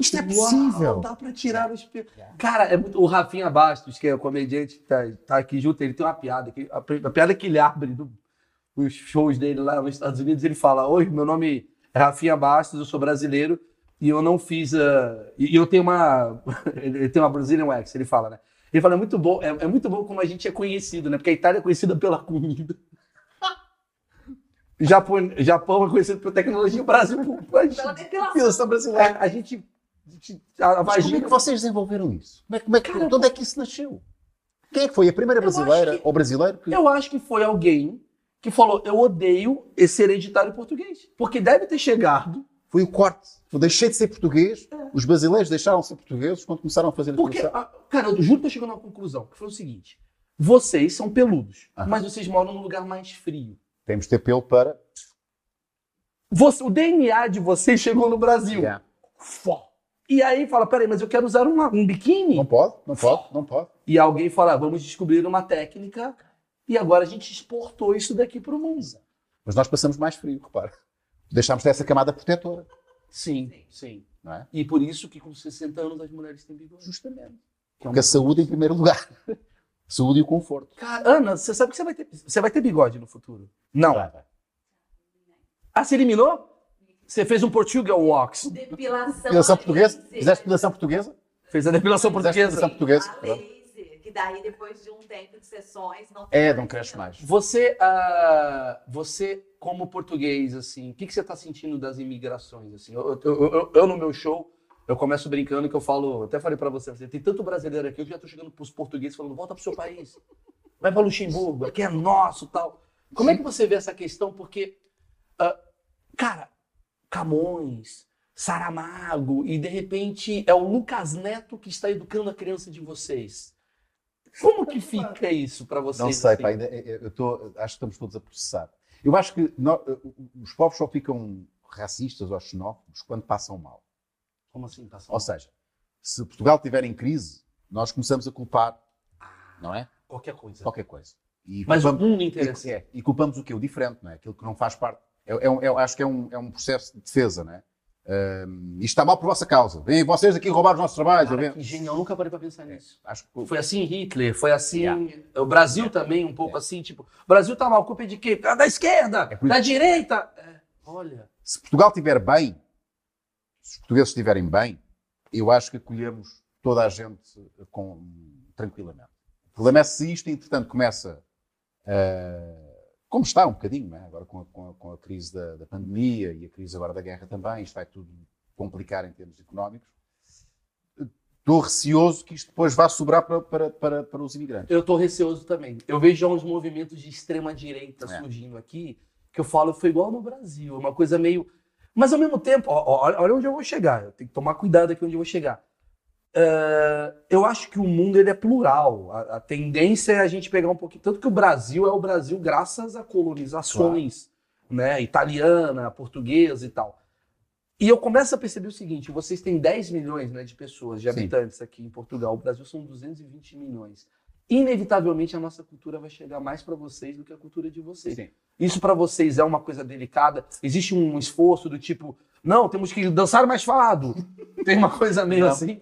Speaker 2: isto é possível.
Speaker 3: Uau, dá pra tirar os pelos. Cara, é muito... o Rafinha Bastos, que é o comediante que tá, tá aqui junto, ele tem uma piada. Que... A, pri- a piada que ele abre do... os shows dele lá nos Estados Unidos, ele fala: Oi, meu nome é Rafinha Bastos, eu sou brasileiro e eu não fiz a. E e eu tenho uma. ele tem uma Brazilian Wax, ele fala, né? Ele fala: É muito bom, é, é muito bom como a gente é conhecido, né? Porque a Itália é conhecida pela comida. Japão, Japão é conhecido pela tecnologia, o Brasil é um
Speaker 4: Pela
Speaker 3: por
Speaker 4: depilação.
Speaker 2: Depilação brasileira.
Speaker 3: É, a gente. A, a
Speaker 2: Mas como é
Speaker 3: vagina.
Speaker 2: que vocês desenvolveram isso? Como é, como é que, de onde é que isso nasceu? Quem é que foi a primeira
Speaker 4: Eu acho
Speaker 2: brasileira
Speaker 4: que-
Speaker 2: ou brasileiro que.
Speaker 3: Eu acho que foi alguém que falou: eu odeio esse hereditário português. Porque deve ter chegado.
Speaker 2: Foi o corte. Eu deixei de ser português,
Speaker 4: É.
Speaker 2: os brasileiros deixaram de ser portugueses quando começaram a fazer a
Speaker 3: Porque,
Speaker 2: depilação.
Speaker 3: ah, cara, eu juro que eu cheguei numa conclusão, que foi o seguinte: vocês são peludos,
Speaker 2: Aham.
Speaker 3: mas vocês moram num lugar mais frio.
Speaker 2: Temos de ter pelo para.
Speaker 3: Você- o DNA de vocês chegou no Brasil.
Speaker 2: Yeah.
Speaker 3: Fó. E aí fala: peraí, mas eu quero usar um, um biquíni.
Speaker 2: Não pode, não pode, não pode.
Speaker 3: E alguém fala: ah, vamos descobrir uma técnica. E agora a gente exportou isso daqui pro mundo.
Speaker 2: Mas nós passamos mais frio, repara. Deixámos dessa camada protetora,
Speaker 3: Sim, sim.
Speaker 2: não é?
Speaker 3: E por isso que com 60 anos as mulheres têm bigode.
Speaker 2: Justamente.
Speaker 3: Que é um-
Speaker 2: Porque a saúde em primeiro lugar. saúde e o conforto.
Speaker 3: Cara, Ana, você sabe que você vai ter, você vai ter bigode no futuro? Não.
Speaker 2: Vai, vai.
Speaker 3: Ah, se eliminou? Você fez um Portugal Walks.
Speaker 4: Depilação.
Speaker 2: Depilação
Speaker 4: a
Speaker 2: portuguesa?
Speaker 4: laser.
Speaker 2: Fizeste depilação portuguesa?
Speaker 3: Fez a depilação
Speaker 2: Fizeste depilação
Speaker 3: portuguesa.
Speaker 2: portuguesa?
Speaker 4: A
Speaker 2: Pronto.
Speaker 4: laser, que daí depois de um tempo de sessões não tem
Speaker 2: É,
Speaker 4: mais
Speaker 2: não cresce
Speaker 4: nenhum.
Speaker 2: mais.
Speaker 3: Você, ah, você como português, assim, o que, que você tá sentindo das imigrações, assim? Eu, eu- eu- eu, no meu show, eu começo brincando que eu falo, até falei pra você, você tem tanto brasileiro aqui, eu já tô chegando pros portugueses falando, volta pro seu país, vai pra Luxemburgo, aqui é nosso, tal. Como é que você vê essa questão? Porque, ah, cara, Camões, Saramago, e de repente é o Lucas Neto que está educando a criança de vocês. Como que fica isso pra vocês?
Speaker 2: Não sei,
Speaker 3: assim?
Speaker 2: pá, ainda, eh, eu eu tô, acho que estamos todos a processar. Eu acho que nó- eh, os povos só ficam racistas ou xenófobos quando passam mal.
Speaker 3: Como assim, passar?
Speaker 2: Ou seja, se Portugal estiver em crise, nós começamos a culpar, não é?
Speaker 3: qualquer coisa.
Speaker 2: Qualquer coisa. E
Speaker 3: Mas o
Speaker 2: culpamos,
Speaker 3: mundo assim.
Speaker 2: e,
Speaker 3: interessa.
Speaker 2: é, e culpamos o quê? O diferente, não é? Aquilo que não faz parte. Eu, acho que é um, é um processo de defesa, não é? Ahm, isto está mal por vossa causa. Vêm vocês aqui roubar os nossos trabalhos.
Speaker 3: Cara,
Speaker 2: vem-
Speaker 3: que genial, eu nunca parei pra pensar nisso.
Speaker 2: Acho que
Speaker 3: Foi assim Hitler, foi assim.
Speaker 2: É. Yeah.
Speaker 3: O Brasil também, um pouco assim, tipo, o Brasil tá mal, culpa é de quê? Ah, Da esquerda,
Speaker 2: É por
Speaker 3: da direita. É, olha.
Speaker 2: se Portugal estiver bem, se os portugueses estiverem bem, eu acho que acolhemos toda a gente eh, com, tranquilamente. O problema é se isto, entretanto, começa eh, como está um bocadinho, não é? agora com a, com a- com a crise da, da pandemia e a crise agora da guerra também, isto vai tudo complicar em termos económicos. Eh, Estou receoso que isto depois vá sobrar para, para, para, para os imigrantes.
Speaker 3: Eu tô receoso também. Eu vejo já uns movimentos de extrema direita
Speaker 2: É.
Speaker 3: surgindo aqui, que eu falo, foi igual no Brasil, é uma coisa meio. Mas ao mesmo tempo, ó, ó, olha- olha onde eu vou chegar. Eu tenho que tomar cuidado aqui onde eu vou chegar. É, eu acho que o mundo ele é plural. A, a tendência é a gente pegar um pouquinho. Tanto que o Brasil é o Brasil graças a colonizações, né? Italiana, portuguesa e tal. E eu começo a perceber o seguinte: vocês têm 10 milhões né, de pessoas, de
Speaker 2: Sim.
Speaker 3: habitantes aqui em Portugal. O Brasil são 220 milhões. Inevitavelmente a nossa cultura vai chegar mais para vocês do que a cultura de vocês.
Speaker 2: Sim.
Speaker 3: Isso para vocês é uma coisa delicada? Existe um esforço do tipo, não, temos que dançar mais falado. Tem uma coisa meio
Speaker 2: Não.
Speaker 3: assim.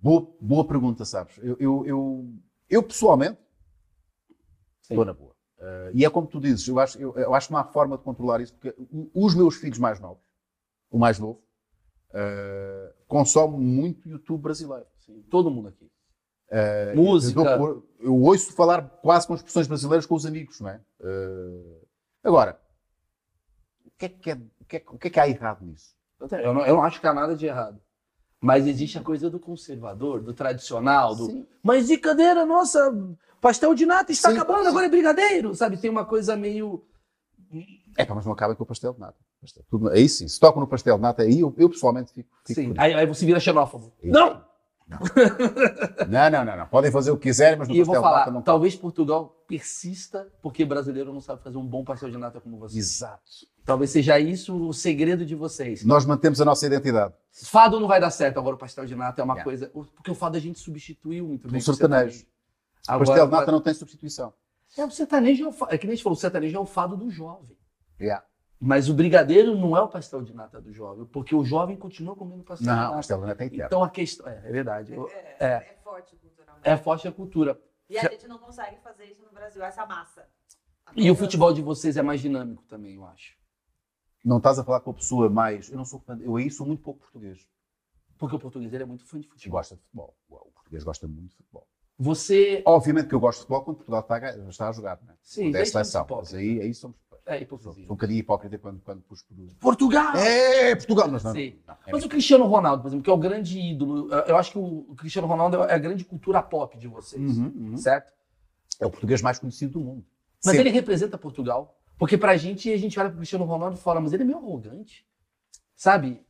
Speaker 2: Boa, boa pergunta, sabes? Eu, eu, eu, eu pessoalmente
Speaker 3: Sim.
Speaker 2: estou na boa. Eh, e é como tu dizes, eu acho, eu, eu acho que não há forma de controlar isso, porque o- os meus filhos mais novos, o mais novo, eh, consomem muito YouTube brasileiro.
Speaker 3: Todo mundo aqui.
Speaker 2: É, Eu, dou
Speaker 3: Música.
Speaker 2: por- eu ouço falar quase com as expressões brasileiras com os amigos, não é? Eh, agora, que é que, é, o que, é, o que, é que há errado nisso?
Speaker 3: Eu não, eu não acho que há nada de errado. Mas existe a coisa do conservador, do tradicional, do.
Speaker 2: Sim.
Speaker 3: Mas e cadeira, nossa, pastel de nata está
Speaker 2: Sim,
Speaker 3: acabando,
Speaker 2: sim.
Speaker 3: agora é brigadeiro, sabe? Tem uma coisa meio.
Speaker 2: É pá, mas não acaba com o pastel de nata. Pastel- tudo- aí sim, se tocam no pastel de nata, aí eu, eu pessoalmente fico. fico
Speaker 3: Sim.
Speaker 2: fodido.
Speaker 3: Aí, aí você vira xenófobo.
Speaker 2: Isso.
Speaker 3: Não!
Speaker 2: Não, não, não, não. Podem fazer o que quiserem, mas no
Speaker 3: E eu
Speaker 2: pastel
Speaker 3: vou
Speaker 2: de
Speaker 3: falar,
Speaker 2: nata não tá...
Speaker 3: talvez Portugal persista porque brasileiro não sabe fazer um bom pastel de nata como vocês.
Speaker 2: Exato.
Speaker 3: Talvez seja isso o segredo de vocês.
Speaker 2: Nós mantemos a nossa identidade.
Speaker 3: Fado não vai dar certo, agora o pastel de nata é uma
Speaker 2: Yeah.
Speaker 3: coisa. o- Porque o fado a gente substituiu muito bem.
Speaker 2: Um
Speaker 3: com o
Speaker 2: sertanejo. O
Speaker 3: Agora,
Speaker 2: pastel de nata não tem substituição.
Speaker 3: É, o sertanejo é, o fa- é que nem a gente falou, o sertanejo é o fado do jovem.
Speaker 2: Yeah.
Speaker 3: Mas o brigadeiro não é o pastel de nata do jovem, porque o jovem continua comendo pastel
Speaker 2: Não, o
Speaker 3: de nata.
Speaker 2: pastel de nata é eterno.
Speaker 3: Então a questão. É, é verdade. Eu-
Speaker 4: É,
Speaker 3: é.
Speaker 4: é forte culturalmente.
Speaker 3: É forte a cultura.
Speaker 4: E a gente não consegue fazer isso no Brasil, essa massa.
Speaker 3: E o futebol de vocês é mais dinâmico também, eu acho.
Speaker 2: Não estás a falar com a pessoa mais. Eu não sou. Eu aí sou muito pouco português.
Speaker 3: Porque o português ele é muito fã de
Speaker 2: Que
Speaker 3: futebol.
Speaker 2: gosta de futebol. O português gosta muito de futebol.
Speaker 3: Você
Speaker 2: Obviamente que eu gosto de futebol quando Portugal está a, ga- está a jogar, né?
Speaker 3: Sim,
Speaker 2: Da
Speaker 3: deixa
Speaker 2: seleção.
Speaker 3: de ser
Speaker 2: Mas
Speaker 3: hipócrita.
Speaker 2: aí, aí somos.
Speaker 3: É
Speaker 2: Sou
Speaker 3: hipocrisia.
Speaker 2: sou um bocadinho hipócrita quando, quando pus por. um-
Speaker 3: Portugal!
Speaker 2: É, Portugal, mas não.
Speaker 3: Ah! Sim.
Speaker 2: não, é
Speaker 3: Mas
Speaker 2: mesmo.
Speaker 3: o Cristiano Ronaldo, por exemplo, que é o grande ídolo, eu- eu acho que o Cristiano Ronaldo é a grande cultura pop de vocês,
Speaker 2: Uhum, uhum.
Speaker 3: certo?
Speaker 2: É o português mais conhecido do mundo.
Speaker 3: Mas
Speaker 2: Sim.
Speaker 3: ele representa Portugal, porque pra gente, a gente olha pro Cristiano Ronaldo e fala, mas ele é meio arrogante, sabe?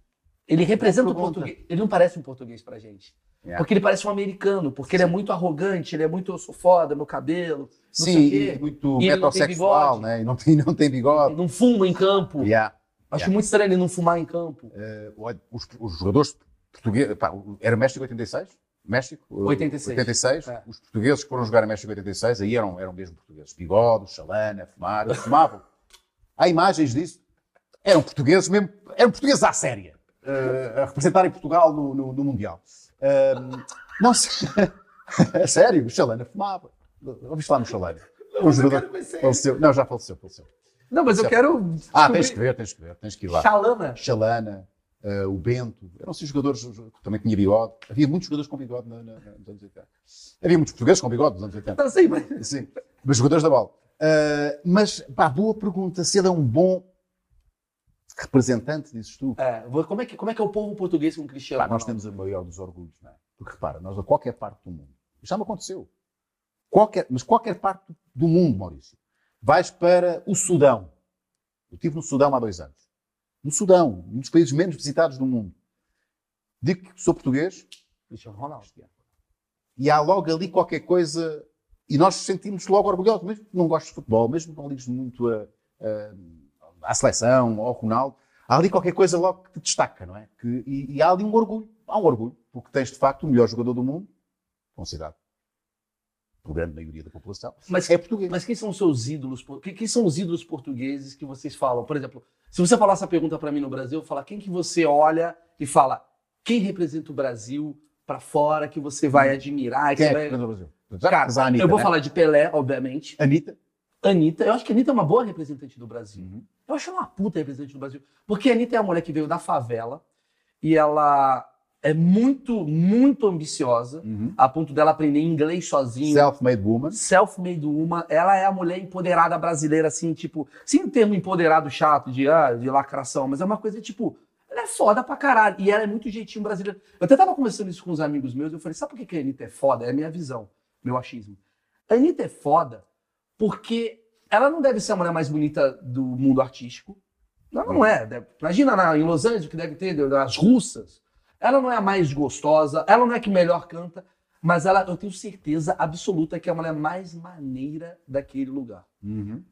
Speaker 3: Ele representa o
Speaker 2: pergunta.
Speaker 3: português, ele não parece um português pra gente.
Speaker 2: Yeah.
Speaker 3: Porque ele parece um americano, porque ele é muito arrogante, ele é muito, eu sou foda, meu cabelo, não
Speaker 2: Sim,
Speaker 3: sei o quê.
Speaker 2: e muito
Speaker 3: E ele não tem
Speaker 2: metrosexual,
Speaker 3: bigode.
Speaker 2: né? E não tem, não tem bigode.
Speaker 3: não fuma em campo.
Speaker 2: Yeah.
Speaker 3: Acho
Speaker 2: Yeah.
Speaker 3: muito estranho ele não fumar em campo.
Speaker 2: Olha, eh, Os, os jogadores portugueses. Pá, o- era México 86? México? Eh,
Speaker 3: 86.
Speaker 2: 86.
Speaker 3: É.
Speaker 2: Os portugueses que foram jogar a México 86 aí eram, eram mesmo portugueses. Bigodos, chalana, fumar, eles fumavam. Há imagens disso. Eram portugueses mesmo, eram portugueses à séria. eh, a representarem Portugal no, no- no Mundial. Ahm, não sei. é sério, o Chalana fumava. Ouviste falar no Chalana? Um jogador faleceu. Não, já faleceu, faleceu.
Speaker 3: Não, mas eu
Speaker 2: Certo.
Speaker 3: quero.
Speaker 2: Ah,
Speaker 3: descobrir-
Speaker 2: tens que ver, tens que ver, tens que ir lá.
Speaker 3: Chalana.
Speaker 2: Chalana, eh, o Bento, eram-se jogadores que também tinha bigode. Havia muitos jogadores com bigode na, na, na, nos anos 80. Havia muitos portugueses com bigode nos anos 80.
Speaker 3: Não sei, mas.
Speaker 2: Sim, Tá assim, mas jogadores da bola. Eh, mas, pá, boa pergunta. Se ele é um bom representante, dizes tu.
Speaker 3: É, vou- como, é que, como é que é o povo português com Cristiano?
Speaker 2: Pá, nós
Speaker 3: Ronaldo?
Speaker 2: temos o maior dos orgulhos, não é? Porque repara, nós a qualquer parte do mundo, isto já me aconteceu, qualquer, mas qualquer parte do mundo, Maurício, vais para o Sudão. Eu estive no Sudão há dois anos. No Sudão, um dos países menos visitados do mundo. Digo que sou português
Speaker 3: Cristiano Ronaldo.
Speaker 2: e há logo ali qualquer coisa e nós sentimos logo orgulhosos, mesmo que não gostes de futebol, mesmo que não ligues muito a, a- à seleção ou ao Ronaldo, há ali qualquer coisa logo que te destaca, não é? Que, e, e há ali um orgulho, há um orgulho, porque tens de facto o melhor jogador do mundo, considerado por grande maioria da população,
Speaker 3: Mas,
Speaker 2: é português.
Speaker 3: mas quem são os seus ídolos? por- que- Quem são os ídolos portugueses que vocês falam? Por exemplo, se você falar essa pergunta pra mim no Brasil, eu falar quem que você olha e fala quem representa o Brasil pra fora que você vai admirar? que
Speaker 2: Quem é
Speaker 3: você
Speaker 2: que
Speaker 3: vai-
Speaker 2: representa o Brasil? Já a Anitta,
Speaker 3: eu vou
Speaker 2: né?
Speaker 3: falar de Pelé, obviamente.
Speaker 2: Anitta.
Speaker 3: Anitta, eu acho que a Anitta é uma boa representante do Brasil. Eu acho ela uma puta representante do Brasil. Porque a Anitta é uma mulher que veio da favela e ela é muito, muito ambiciosa,
Speaker 2: Uhum.
Speaker 3: a ponto dela aprender inglês sozinha.
Speaker 2: Self-made woman.
Speaker 3: Self-made uma, ela é a mulher empoderada brasileira, assim, tipo, sem o termo empoderado chato de, ah, de lacração, mas é uma coisa tipo, ela é foda pra caralho. E ela é muito jeitinho brasileiro. Eu até tava conversando isso com uns amigos meus, eu falei, sabe por que que a Anitta é foda? É a minha visão, meu achismo. A Anitta é foda porque ela não deve ser a mulher mais bonita do mundo artístico. Ela não é. Deve- Imagina na, em Los Angeles o que deve ter as russas. Ela não é a mais gostosa, ela não é a que melhor canta, mas ela, eu tenho certeza absoluta que é a mulher mais maneira daquele lugar.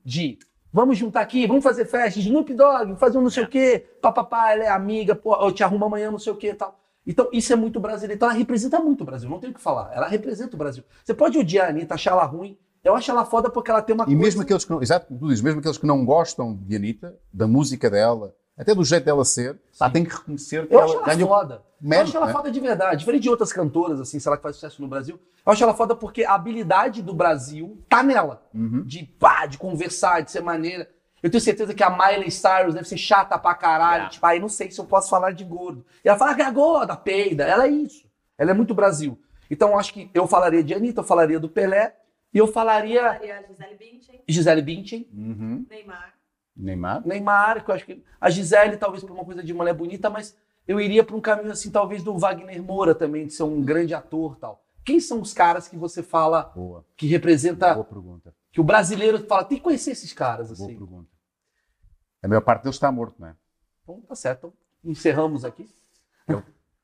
Speaker 3: De vamos juntar aqui, vamos fazer festa, Snoop Dogg, fazer um não sei o quê, papapá, ela é amiga, pô, eu te arrumo amanhã, não sei o quê e tal. Então, isso é muito brasileiro. Então, ela representa muito o Brasil, não tem o que falar. Ela representa o Brasil. Você pode odiar a Anitta, achar ela ruim. Eu acho ela foda porque ela tem uma
Speaker 2: E mesmo aqueles que não, exato, como tu dizes, mesmo aqueles que não gostam de Anitta, da música dela, até do jeito dela ser, pá, tem que reconhecer que
Speaker 3: Eu acho
Speaker 2: ela
Speaker 3: ela
Speaker 2: ganhou
Speaker 3: foda. eu
Speaker 2: mérito,
Speaker 3: acho ela
Speaker 2: né?
Speaker 3: foda de verdade. Diferente de outras cantoras, assim, sei lá, que faz sucesso no Brasil. Eu acho ela foda porque a habilidade do Brasil tá nela.
Speaker 2: Uhum.
Speaker 3: De pá, de conversar, de ser maneira. Eu tenho certeza que a Miley Cyrus deve ser chata pra caralho.
Speaker 2: Yeah.
Speaker 3: Tipo, aí não sei se eu posso falar de gordo. E ela fala que é gorda, peida. Ela é isso. Ela é muito Brasil. Então eu acho que eu falaria de Anitta, eu falaria do Pelé. E eu falaria é-
Speaker 4: Maria Gisele Bündchen,
Speaker 3: Gisele Bündchen.
Speaker 2: Uhum.
Speaker 4: Neymar.
Speaker 2: Neymar?
Speaker 3: Neymar, que eu acho que. A Gisele, talvez por uma coisa de mulher bonita, mas eu iria para um caminho assim, talvez do Wagner Moura também, de ser um grande ator tal. Quem são os caras que você fala
Speaker 2: Boa.
Speaker 3: que representa.
Speaker 2: Boa pergunta.
Speaker 3: Que o brasileiro fala, tem que conhecer esses caras,
Speaker 2: Boa
Speaker 3: assim.
Speaker 2: pergunta. A maior parte deles está morto, não é?
Speaker 3: Então tá certo. Então, Encerramos aqui.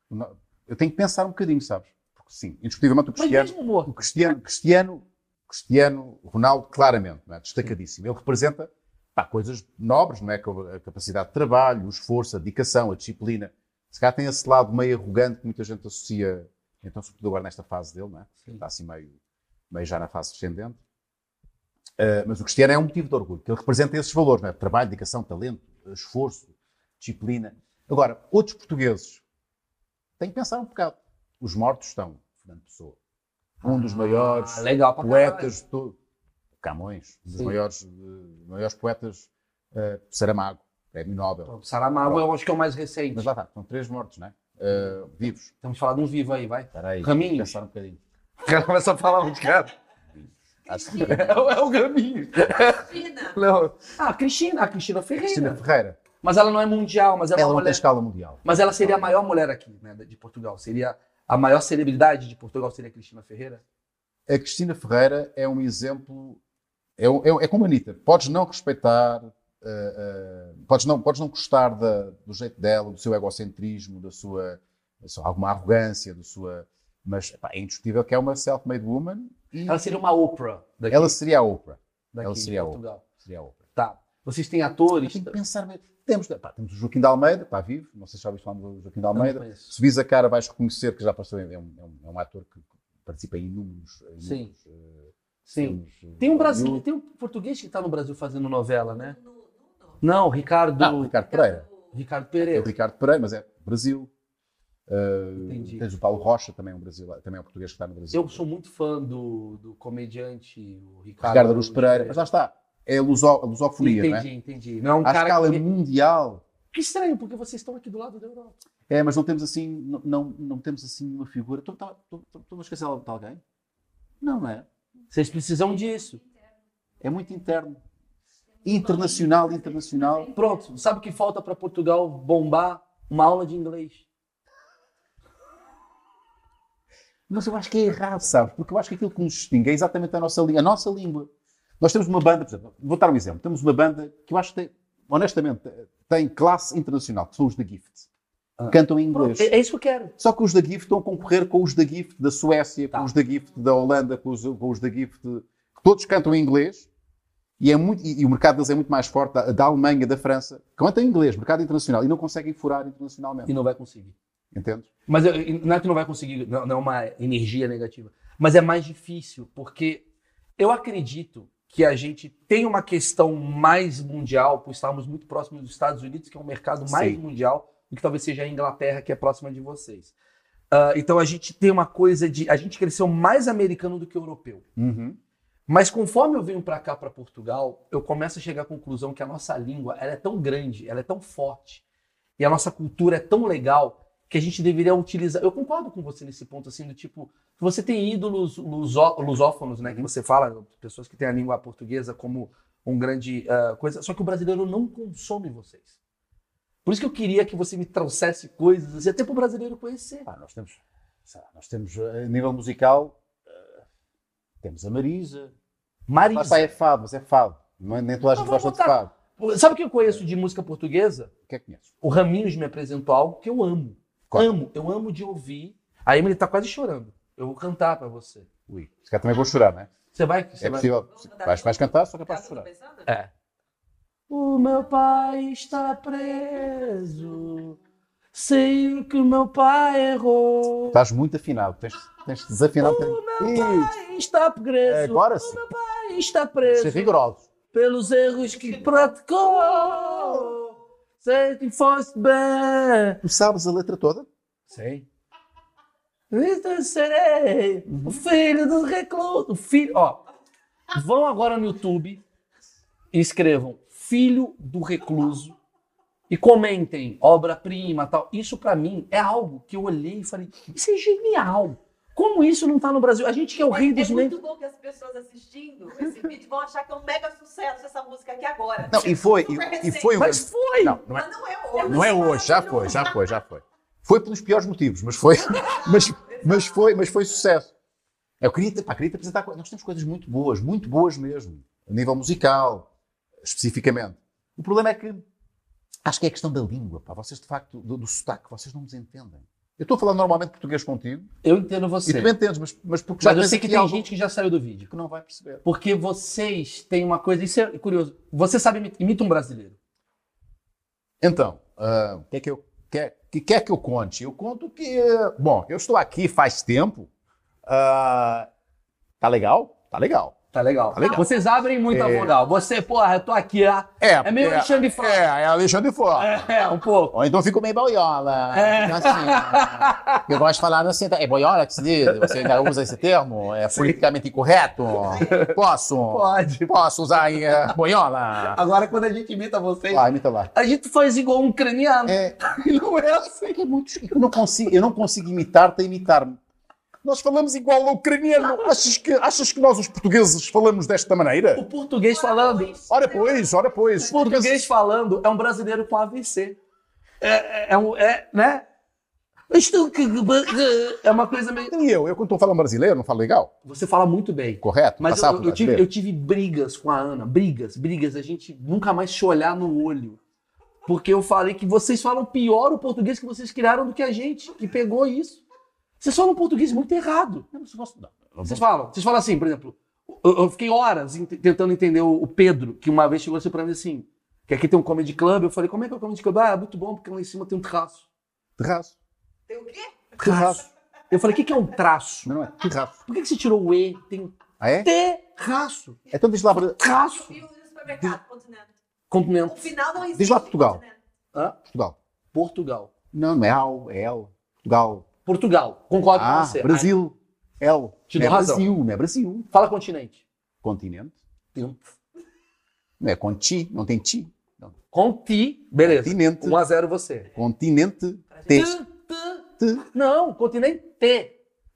Speaker 2: Não- é? Eu tenho que pensar um bocadinho, sabes? Porque sim, indiscutivelmente o
Speaker 3: Mas
Speaker 2: Cristiano,
Speaker 3: mesmo morto.
Speaker 2: o Cristiano, Cristiano, Cristiano Ronaldo, claramente, não é? destacadíssimo. Ele representa pá, coisas nobres, não é? Como A capacidade de trabalho, o esforço, a dedicação, a disciplina. Se calhar tem esse lado meio arrogante que muita gente associa, então, sobretudo agora nesta fase dele, não é?
Speaker 3: Sim.
Speaker 2: Está assim meio, meio já na fase descendente. Uh, mas o Cristiano é um motivo de orgulho, que ele representa esses valores, não é? Trabalho, dedicação, talento, esforço, disciplina. Agora, outros portugueses têm que pensar um bocado. Os mortos estão, Fernando Pessoa, um dos maiores
Speaker 3: Ah, legal pra caralho.
Speaker 2: poetas de todo. Camões, um dos
Speaker 3: Sim.
Speaker 2: maiores, eh, maiores poetas, eh, Saramago, prémio Nobel.
Speaker 3: Pronto, Saramago eu acho que é o mais recente.
Speaker 2: Mas lá está, são três mortos, não é? Eh, vivos.
Speaker 3: Estamos falando um vivo aí, vai.
Speaker 2: Espera aí,
Speaker 3: Raminhos.
Speaker 2: pensar um bocadinho.
Speaker 3: O cara começa a falar um cara.
Speaker 2: Acho que-
Speaker 4: Cristina,
Speaker 3: É, o- é o Gaminho.
Speaker 4: Cristina.
Speaker 3: Não. Ah, a Cristina, a Cristina Ferreira.
Speaker 2: Cristina Ferreira,
Speaker 3: Mas ela não é mundial, mas ela é
Speaker 2: ela
Speaker 3: uma
Speaker 2: não tem
Speaker 3: mulher.
Speaker 2: escala mundial.
Speaker 3: Mas ela seria a maior mulher aqui, né, de Portugal. Seria a maior celebridade de Portugal seria a Cristina Ferreira.
Speaker 2: a Cristina Ferreira é um exemplo. É, um- é, um- é como a Anitta. Podes não respeitar, eh, eh, podes, não, podes não gostar da- do jeito dela, do seu egocentrismo, da sua, da sua- alguma arrogância, da sua. Mas epá, é indiscutível que é uma self-made woman. E
Speaker 3: Ela seria uma Oprah daqui,
Speaker 2: ela seria a Oprah.
Speaker 3: daqui
Speaker 2: ela seria a
Speaker 3: de Portugal.
Speaker 2: Seria a Oprah.
Speaker 3: Tá. Vocês têm
Speaker 2: Mas
Speaker 3: atores?
Speaker 2: tem que pensar mesmo. Temos, pá, temos o Joaquim de Almeida, está vivo, não sei se já ouviste falar do Joaquim de
Speaker 3: Não
Speaker 2: Almeida.
Speaker 3: conheço.
Speaker 2: Se vis a cara, vais reconhecer que já passou. em- É um, é um, é um ator que participa em inúmeros. em
Speaker 3: Sim.
Speaker 2: inúmeros, eh,
Speaker 3: Sim.
Speaker 2: filmes, eh,
Speaker 3: Tem um
Speaker 2: Hollywood.
Speaker 3: brasileiro, tem um português que está no Brasil fazendo novela, né?
Speaker 4: No, no, no.
Speaker 3: Não, o Ricardo,
Speaker 2: Não, Ricardo Pereira.
Speaker 3: Ricardo
Speaker 2: É o
Speaker 3: Pereira.
Speaker 2: Ricardo Pereira, mas é Brasil. Uh,
Speaker 3: Entendi.
Speaker 2: Tens o Paulo Rocha, também é um, brasileiro, também é um português que está no Brasil.
Speaker 3: Eu sou muito fã do, do comediante o Ricardo,
Speaker 2: Ricardo Aruz Pereira, mas lá está. É a, luso, a lusofonia,
Speaker 3: Entendi,
Speaker 2: não é?
Speaker 3: entendi. Não é um
Speaker 2: À
Speaker 3: cara
Speaker 2: escala
Speaker 3: que...
Speaker 2: mundial.
Speaker 3: que estranho, porque vocês estão aqui do lado da Europa.
Speaker 2: É, mas não temos assim, não, não, não temos assim uma figura. Estou- tá- Estou estou a esquecer de alguém? Não, não é?
Speaker 3: Vocês precisam disso.
Speaker 2: É muito interno. Internacional, internacional.
Speaker 3: Pronto, sabe o que falta para Portugal bombar? Uma aula de inglês.
Speaker 2: Mas eu acho que é errado, sabes? Porque eu acho que aquilo que nos distingue é exatamente a nossa, lí- a nossa língua. Nós temos uma banda, por exemplo, vou dar um exemplo. Temos uma banda que eu acho que tem, honestamente, tem classe internacional, que são os da Gift.
Speaker 3: Ah.
Speaker 2: Cantam em
Speaker 3: Pronto,
Speaker 2: inglês.
Speaker 3: é, é isso que eu quero.
Speaker 2: Só que os da Gift estão a concorrer com os da Gift da Suécia,
Speaker 3: Tá.
Speaker 2: com os da Gift da Holanda, com os, com os da Gift. que Todos cantam em inglês e, é muito, e, e o mercado deles é muito mais forte, da, da Alemanha, da França. Cantam em inglês, mercado internacional, e não conseguem furar internacionalmente.
Speaker 3: E não vai conseguir.
Speaker 2: Entendes?
Speaker 3: Mas eu- e não é que não vai conseguir, não, não é uma energia negativa. Mas é mais difícil, porque eu acredito que a gente tem uma questão mais mundial, por estarmos muito próximos dos Estados Unidos, que é um mercado mais
Speaker 2: Sim.
Speaker 3: mundial, do que talvez seja a Inglaterra, que é próxima de vocês. Ah, então a gente tem uma coisa de. A gente cresceu mais americano do que europeu.
Speaker 2: Uhum.
Speaker 3: Mas conforme eu venho para cá, para Portugal, eu começo a chegar à conclusão que a nossa língua ela é tão grande, ela é tão forte, e a nossa cultura é tão legal que a gente deveria utilizar. Eu concordo com você nesse ponto, assim, do tipo, você tem ídolos luso- lusófonos, né? Que você fala, pessoas que têm a língua portuguesa como um grande ah, coisa, só que o brasileiro não consome vocês. Por isso que eu queria que você me trouxesse coisas, assim, até para o brasileiro conhecer.
Speaker 2: Pá, nós temos, sei lá, nós temos eh, a nível musical, eh, temos a Marisa. Lá está,
Speaker 3: Marisa,
Speaker 2: é fado, mas é fado. Não é- Nem toda a gente
Speaker 3: Mas
Speaker 2: gosta
Speaker 3: vamos
Speaker 2: de fado.
Speaker 3: sabe o que eu conheço de música portuguesa?
Speaker 2: O que é que conheces?
Speaker 3: O Raminhos me apresentou algo que eu amo.
Speaker 2: Qual?
Speaker 3: Amo, eu amo de ouvir. A Emily tá quase chorando. Eu vou cantar pra você.
Speaker 2: Ui, se calhar também vou chorar, não é?
Speaker 3: Você vai? Você
Speaker 2: É
Speaker 3: vai?
Speaker 2: possível. Vais, vais cantar, sou capaz de chorar.
Speaker 4: É.
Speaker 3: É. O meu pai está preso. Sei o que o meu pai errou.
Speaker 2: Estás muito afinado, tens, tens de desafinar. um bocadinho. Ih,
Speaker 3: Está
Speaker 2: é,
Speaker 3: preso.
Speaker 2: agora sim,
Speaker 3: Pai está
Speaker 2: tens de
Speaker 3: preso
Speaker 2: ser rigoroso.
Speaker 3: pelos erros que praticou. Sei que fosse bem.
Speaker 2: Tu sabes a letra toda?
Speaker 3: Sei. Então serei o filho do recluso. O Filho, ó. Vão agora no YouTube e escrevam Filho do Recluso e comentem obra-prima tal. Isso pra mim é algo que eu olhei e falei: isso é genial. Como isso não tá no Brasil? A gente que é o rei
Speaker 4: É
Speaker 3: dos memes.
Speaker 4: muito bom que as pessoas assistindo esse vídeo vão achar que é um mega sucesso essa música aqui agora.
Speaker 2: Não, e foi,
Speaker 4: Super
Speaker 2: e- e,
Speaker 4: recente.
Speaker 2: foi o.
Speaker 1: Mas foi!
Speaker 2: Não, não é,
Speaker 4: Mas não é hoje.
Speaker 2: não é hoje, já foi, já foi, já foi. Foi pelos piores motivos, mas foi, mas, mas foi, mas foi sucesso. Eu queria, te- pá, queria te apresentar. co- Nós temos coisas muito boas, muito boas mesmo, a nível musical, especificamente. O problema é que acho que é a questão da língua, pá. Vocês, de facto, do, do sotaque, vocês não nos entendem. Eu estou a falar normalmente português contigo
Speaker 3: Eu entendo
Speaker 2: e
Speaker 3: você.
Speaker 2: tu entendes, mas, mas porque já
Speaker 3: Mas eu
Speaker 2: tens
Speaker 3: sei que
Speaker 2: aqui
Speaker 3: tem
Speaker 2: algo
Speaker 3: gente que já saiu do vídeo.
Speaker 2: que não vai perceber.
Speaker 3: Porque vocês têm uma coisa. Isso é curioso. Você sabe imit- imita um brasileiro.
Speaker 2: Então, ah, o que é que eu quer, que quer que eu conte? Eu conto que, eh, bom, eu estou aqui faz tempo. ah, tá legal? Tá legal.
Speaker 3: Tá legal.
Speaker 2: Tá legal.
Speaker 3: Vocês abrem muito a
Speaker 2: É.
Speaker 3: vogal. Você, porra, eu tô aqui, ah. É meio Alexandre Frota.
Speaker 2: É, é Alexandre Frota.
Speaker 3: É, um pouco.
Speaker 2: Ou então fico meio boiola.
Speaker 3: É.
Speaker 2: Então, assim, eu gosto de falar assim, é boiola que se diz? Você ainda usa esse termo? É politicamente incorreto? Posso?
Speaker 3: Pode.
Speaker 2: Posso usar aí, eh, boiola?
Speaker 3: Agora, quando a gente imita vocês,
Speaker 2: Lá, imita lá.
Speaker 3: a gente faz igual um ucraniano.
Speaker 2: É,
Speaker 3: E não é assim.
Speaker 2: É que é muito. Eu não consigo, eu não consigo imitar-te a imitar-me. Nós falamos igual ao ucraniano. Achas que, achas que nós, os portugueses, falamos desta maneira?
Speaker 3: O português falando. O
Speaker 2: Ora, pois, ora, pois.
Speaker 3: português falando é um brasileiro com AVC. É, é, é um. É, né? Estou que- É uma coisa meio.
Speaker 2: E assim, eu, eu quando estou falando brasileiro, não falo legal? É
Speaker 3: Você fala muito bem.
Speaker 2: Correto? é.
Speaker 3: Mas
Speaker 2: Passar
Speaker 3: eu,
Speaker 2: por
Speaker 3: eu tive,
Speaker 2: brasileiro?
Speaker 3: eu tive brigas com a Ana. Brigas, brigas. A gente nunca mais se olhar no olho. Porque eu falei que vocês falam pior o português que vocês criaram do que a gente, que pegou isso. Vocês falam um português muito errado.
Speaker 2: Não, mas eu gosto- não.
Speaker 3: Vocês falam, vocês falam assim, por exemplo, eu, eu fiquei horas ent- tentando entender o, o Pedro, que uma vez chegou assim pra mim assim, que aqui tem um comedy club, eu falei, como é que é o comedy club? Ah, é muito bom, porque lá em cima tem um traço.
Speaker 2: Terraço.
Speaker 4: Tem o quê?
Speaker 2: Terraço.
Speaker 3: Eu falei, o que, que é um traço?
Speaker 2: Não, não é? Terraço.
Speaker 3: Por que, que você tirou o E? Tem um
Speaker 2: Ah, é?
Speaker 3: terraço.
Speaker 2: Então diz lá, Bra-
Speaker 4: Eu
Speaker 3: Traço.
Speaker 4: vi o supermercado, continente. O
Speaker 3: Complemento.
Speaker 4: final não existe.
Speaker 2: um Diz lá Portugal.
Speaker 4: continente.
Speaker 2: Portugal.
Speaker 3: Portugal.
Speaker 2: Não, não é AL, é L. Portugal.
Speaker 3: Portugal. Concordo
Speaker 2: Ah,
Speaker 3: com você.
Speaker 2: Brasil. L.
Speaker 3: Te
Speaker 2: Não é
Speaker 3: dou razão.
Speaker 2: Brasil, não é Brasil.
Speaker 3: Aí, fala continente. um
Speaker 2: Continente.
Speaker 3: Tempo.
Speaker 2: Não é conti, não tem ti. Não.
Speaker 3: Conti. Beleza.
Speaker 2: Continente.
Speaker 3: 1 a 0 você.
Speaker 2: Continente.
Speaker 4: Pra gente-
Speaker 2: T.
Speaker 3: T, T.
Speaker 2: T.
Speaker 3: Não, continente T.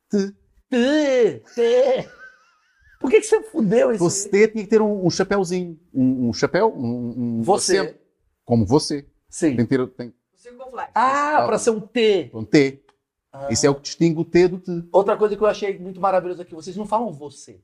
Speaker 2: T.
Speaker 3: T. T. Por que, que você fudeu esse...
Speaker 2: Você tinha que ter um, um chapéuzinho. Um, um chapéu, um, um-
Speaker 3: Você.
Speaker 2: acento. Como você.
Speaker 3: Sim.
Speaker 2: Tem que ter tem
Speaker 4: O circunflexo.
Speaker 3: Ah, pra ser um T.
Speaker 2: um T.
Speaker 3: Ah.
Speaker 2: Isso é o que distingue o T do T.
Speaker 3: Outra coisa que eu achei muito maravilhosa aqui, vocês não falam você.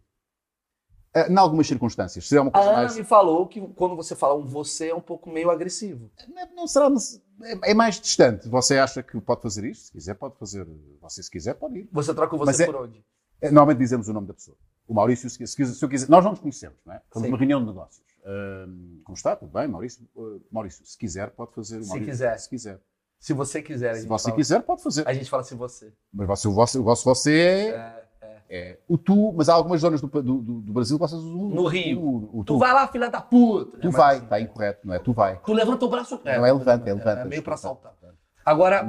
Speaker 2: Ah, em algumas circunstâncias. Será uma
Speaker 3: A
Speaker 2: coisa
Speaker 3: Ana
Speaker 2: mais.
Speaker 3: me falou que quando você fala um você é um pouco meio agressivo.
Speaker 2: Não, não será. nece- É, é mais distante. Você acha que pode fazer isto? Se quiser, pode fazer. Você, se quiser, pode ir.
Speaker 3: Você troca o
Speaker 2: Mas
Speaker 3: você
Speaker 2: é-
Speaker 3: por onde?
Speaker 2: É, Normalmente dizemos o nome da pessoa. O Maurício, se, se, se eu quiser. Nós não nos conhecemos, não é? Fomos
Speaker 3: Sim.
Speaker 2: numa reunião de negócios. Ahm, como está? Tudo bem, Maurício? Ah, Maurício, se quiser, pode fazer. o
Speaker 3: Se
Speaker 2: Maurício,
Speaker 3: quiser.
Speaker 2: Se quiser.
Speaker 3: Se você quiser, a
Speaker 2: Se
Speaker 3: gente,
Speaker 2: você
Speaker 3: fala,
Speaker 2: quiser, pode fazer.
Speaker 3: a gente fala se você.
Speaker 2: Mas você, o, vosso, o vosso você é, é o tu, mas há algumas zonas do, do, do- do Brasil que vocês usam o
Speaker 3: No Rio.
Speaker 2: O, o tu.
Speaker 3: Tu vai lá, filha da puta!
Speaker 2: Tu
Speaker 3: É, mas
Speaker 2: vai,
Speaker 3: assim,
Speaker 2: está incorreto, não é? Tu vai.
Speaker 3: Tu levanta o braço.
Speaker 2: não é levanta, é levanta.
Speaker 3: É meio pra saltar. Agora,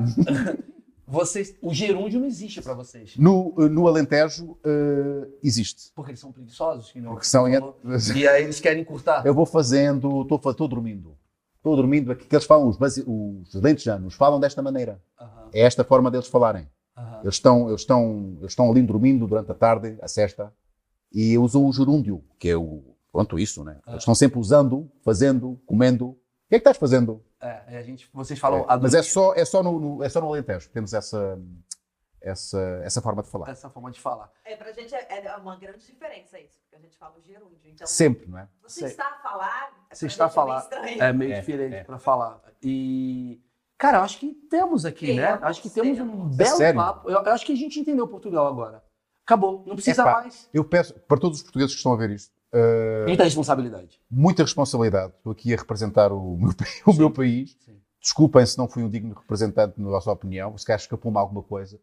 Speaker 3: vocês, o gerúndio não existe pra vocês.
Speaker 2: No, no Alentejo eh, existe.
Speaker 3: Porque eles são preguiçosos. Que não
Speaker 2: Porque são.
Speaker 3: falou. E aí eles querem encurtar.
Speaker 2: Eu vou fazendo, estou dormindo. Estou dormindo aqui, que eles falam, os, basi- os lentejanos falam desta maneira.
Speaker 3: Aham,
Speaker 2: É esta forma deles falarem.
Speaker 3: aham.
Speaker 2: Eles estão, eles estão, eles estão ali dormindo durante a tarde, a sexta, e usam o gerúndio, que é o. Pronto, isso, né?
Speaker 3: Ah.
Speaker 2: Eles estão sempre usando, fazendo, comendo. O que é que estás fazendo?
Speaker 3: É, a gente, vocês falam.
Speaker 2: É, mas é só, é, só no, no- é só no Alentejo que temos essa, essa, essa forma de falar.
Speaker 3: essa forma de falar.
Speaker 4: É, pra gente é, é uma grande diferença isso, porque a gente fala o gerúndio. Então,
Speaker 2: Sempre, não é?
Speaker 4: você está a falar. pra
Speaker 3: Você está a
Speaker 4: gente é meio
Speaker 3: falar.
Speaker 4: estranho.
Speaker 3: É meio
Speaker 2: É,
Speaker 3: diferente
Speaker 2: é.
Speaker 3: pra falar. E. Cara, eu acho que temos aqui, né?
Speaker 4: Temos,
Speaker 3: Acho que temos um
Speaker 4: temos.
Speaker 3: belo
Speaker 2: É sério?
Speaker 3: papo. Eu, eu acho que a gente entendeu Portugal agora. Acabou. Não precisa
Speaker 2: Epa.
Speaker 3: mais.
Speaker 2: Eu peço para todos os portugueses que estão a ver isto,
Speaker 3: Muita responsabilidade.
Speaker 2: muita responsabilidade. Estou aqui a representar o meu, pa- o meu país.
Speaker 3: Sim.
Speaker 2: Desculpem se não fui um digno representante na vossa opinião, se calhar escapou-me alguma coisa.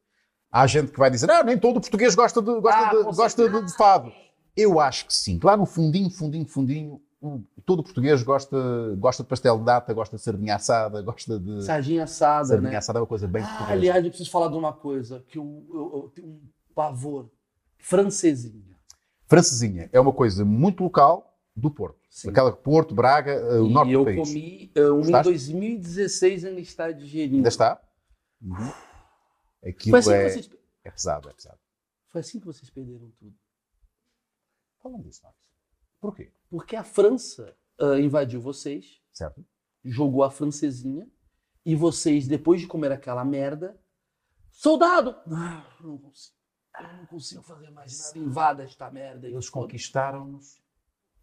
Speaker 2: Há gente que vai dizer, ah, nem todo português gosta de, gosta
Speaker 3: Ah,
Speaker 2: de-
Speaker 3: com
Speaker 2: gosta de, de fado.
Speaker 4: Sim.
Speaker 2: Eu acho que sim. Lá no fundinho, fundinho, fundinho, o- todo português gosta, gosta de pastel de data, gosta de sardinha assada, gosta de...
Speaker 3: Sardinha assada,
Speaker 2: sardinha
Speaker 3: né?
Speaker 2: assada é uma coisa bem
Speaker 3: Ah,
Speaker 2: portuguesa.
Speaker 3: aliás, eu preciso falar de uma coisa que eu, eu- eu tenho um pavor. Francesinha.
Speaker 2: Francesinha é uma coisa muito local do Porto.
Speaker 3: Sim.
Speaker 2: Aquela que Porto, Braga, eh, o norte
Speaker 3: e eu
Speaker 2: do país.
Speaker 3: comi eh, uma em
Speaker 2: Gostaste?
Speaker 3: 2016 ainda está digerindo.
Speaker 2: Ainda está?
Speaker 3: Foi
Speaker 2: Aquilo
Speaker 3: assim,
Speaker 2: é,
Speaker 3: que vocês,
Speaker 2: é pesado, é pesado.
Speaker 3: foi assim que vocês perderam tudo.
Speaker 2: Falam disso, Marcos. Por quê?
Speaker 3: Porque a França ah, invadiu vocês,
Speaker 2: Certo?
Speaker 3: jogou a francesinha, e vocês, depois de comer aquela merda, soldado! Ah, eu não consigo. Eu não consigo fazer mais nada. Invada esta merda.
Speaker 2: Eles conquistaram-nos,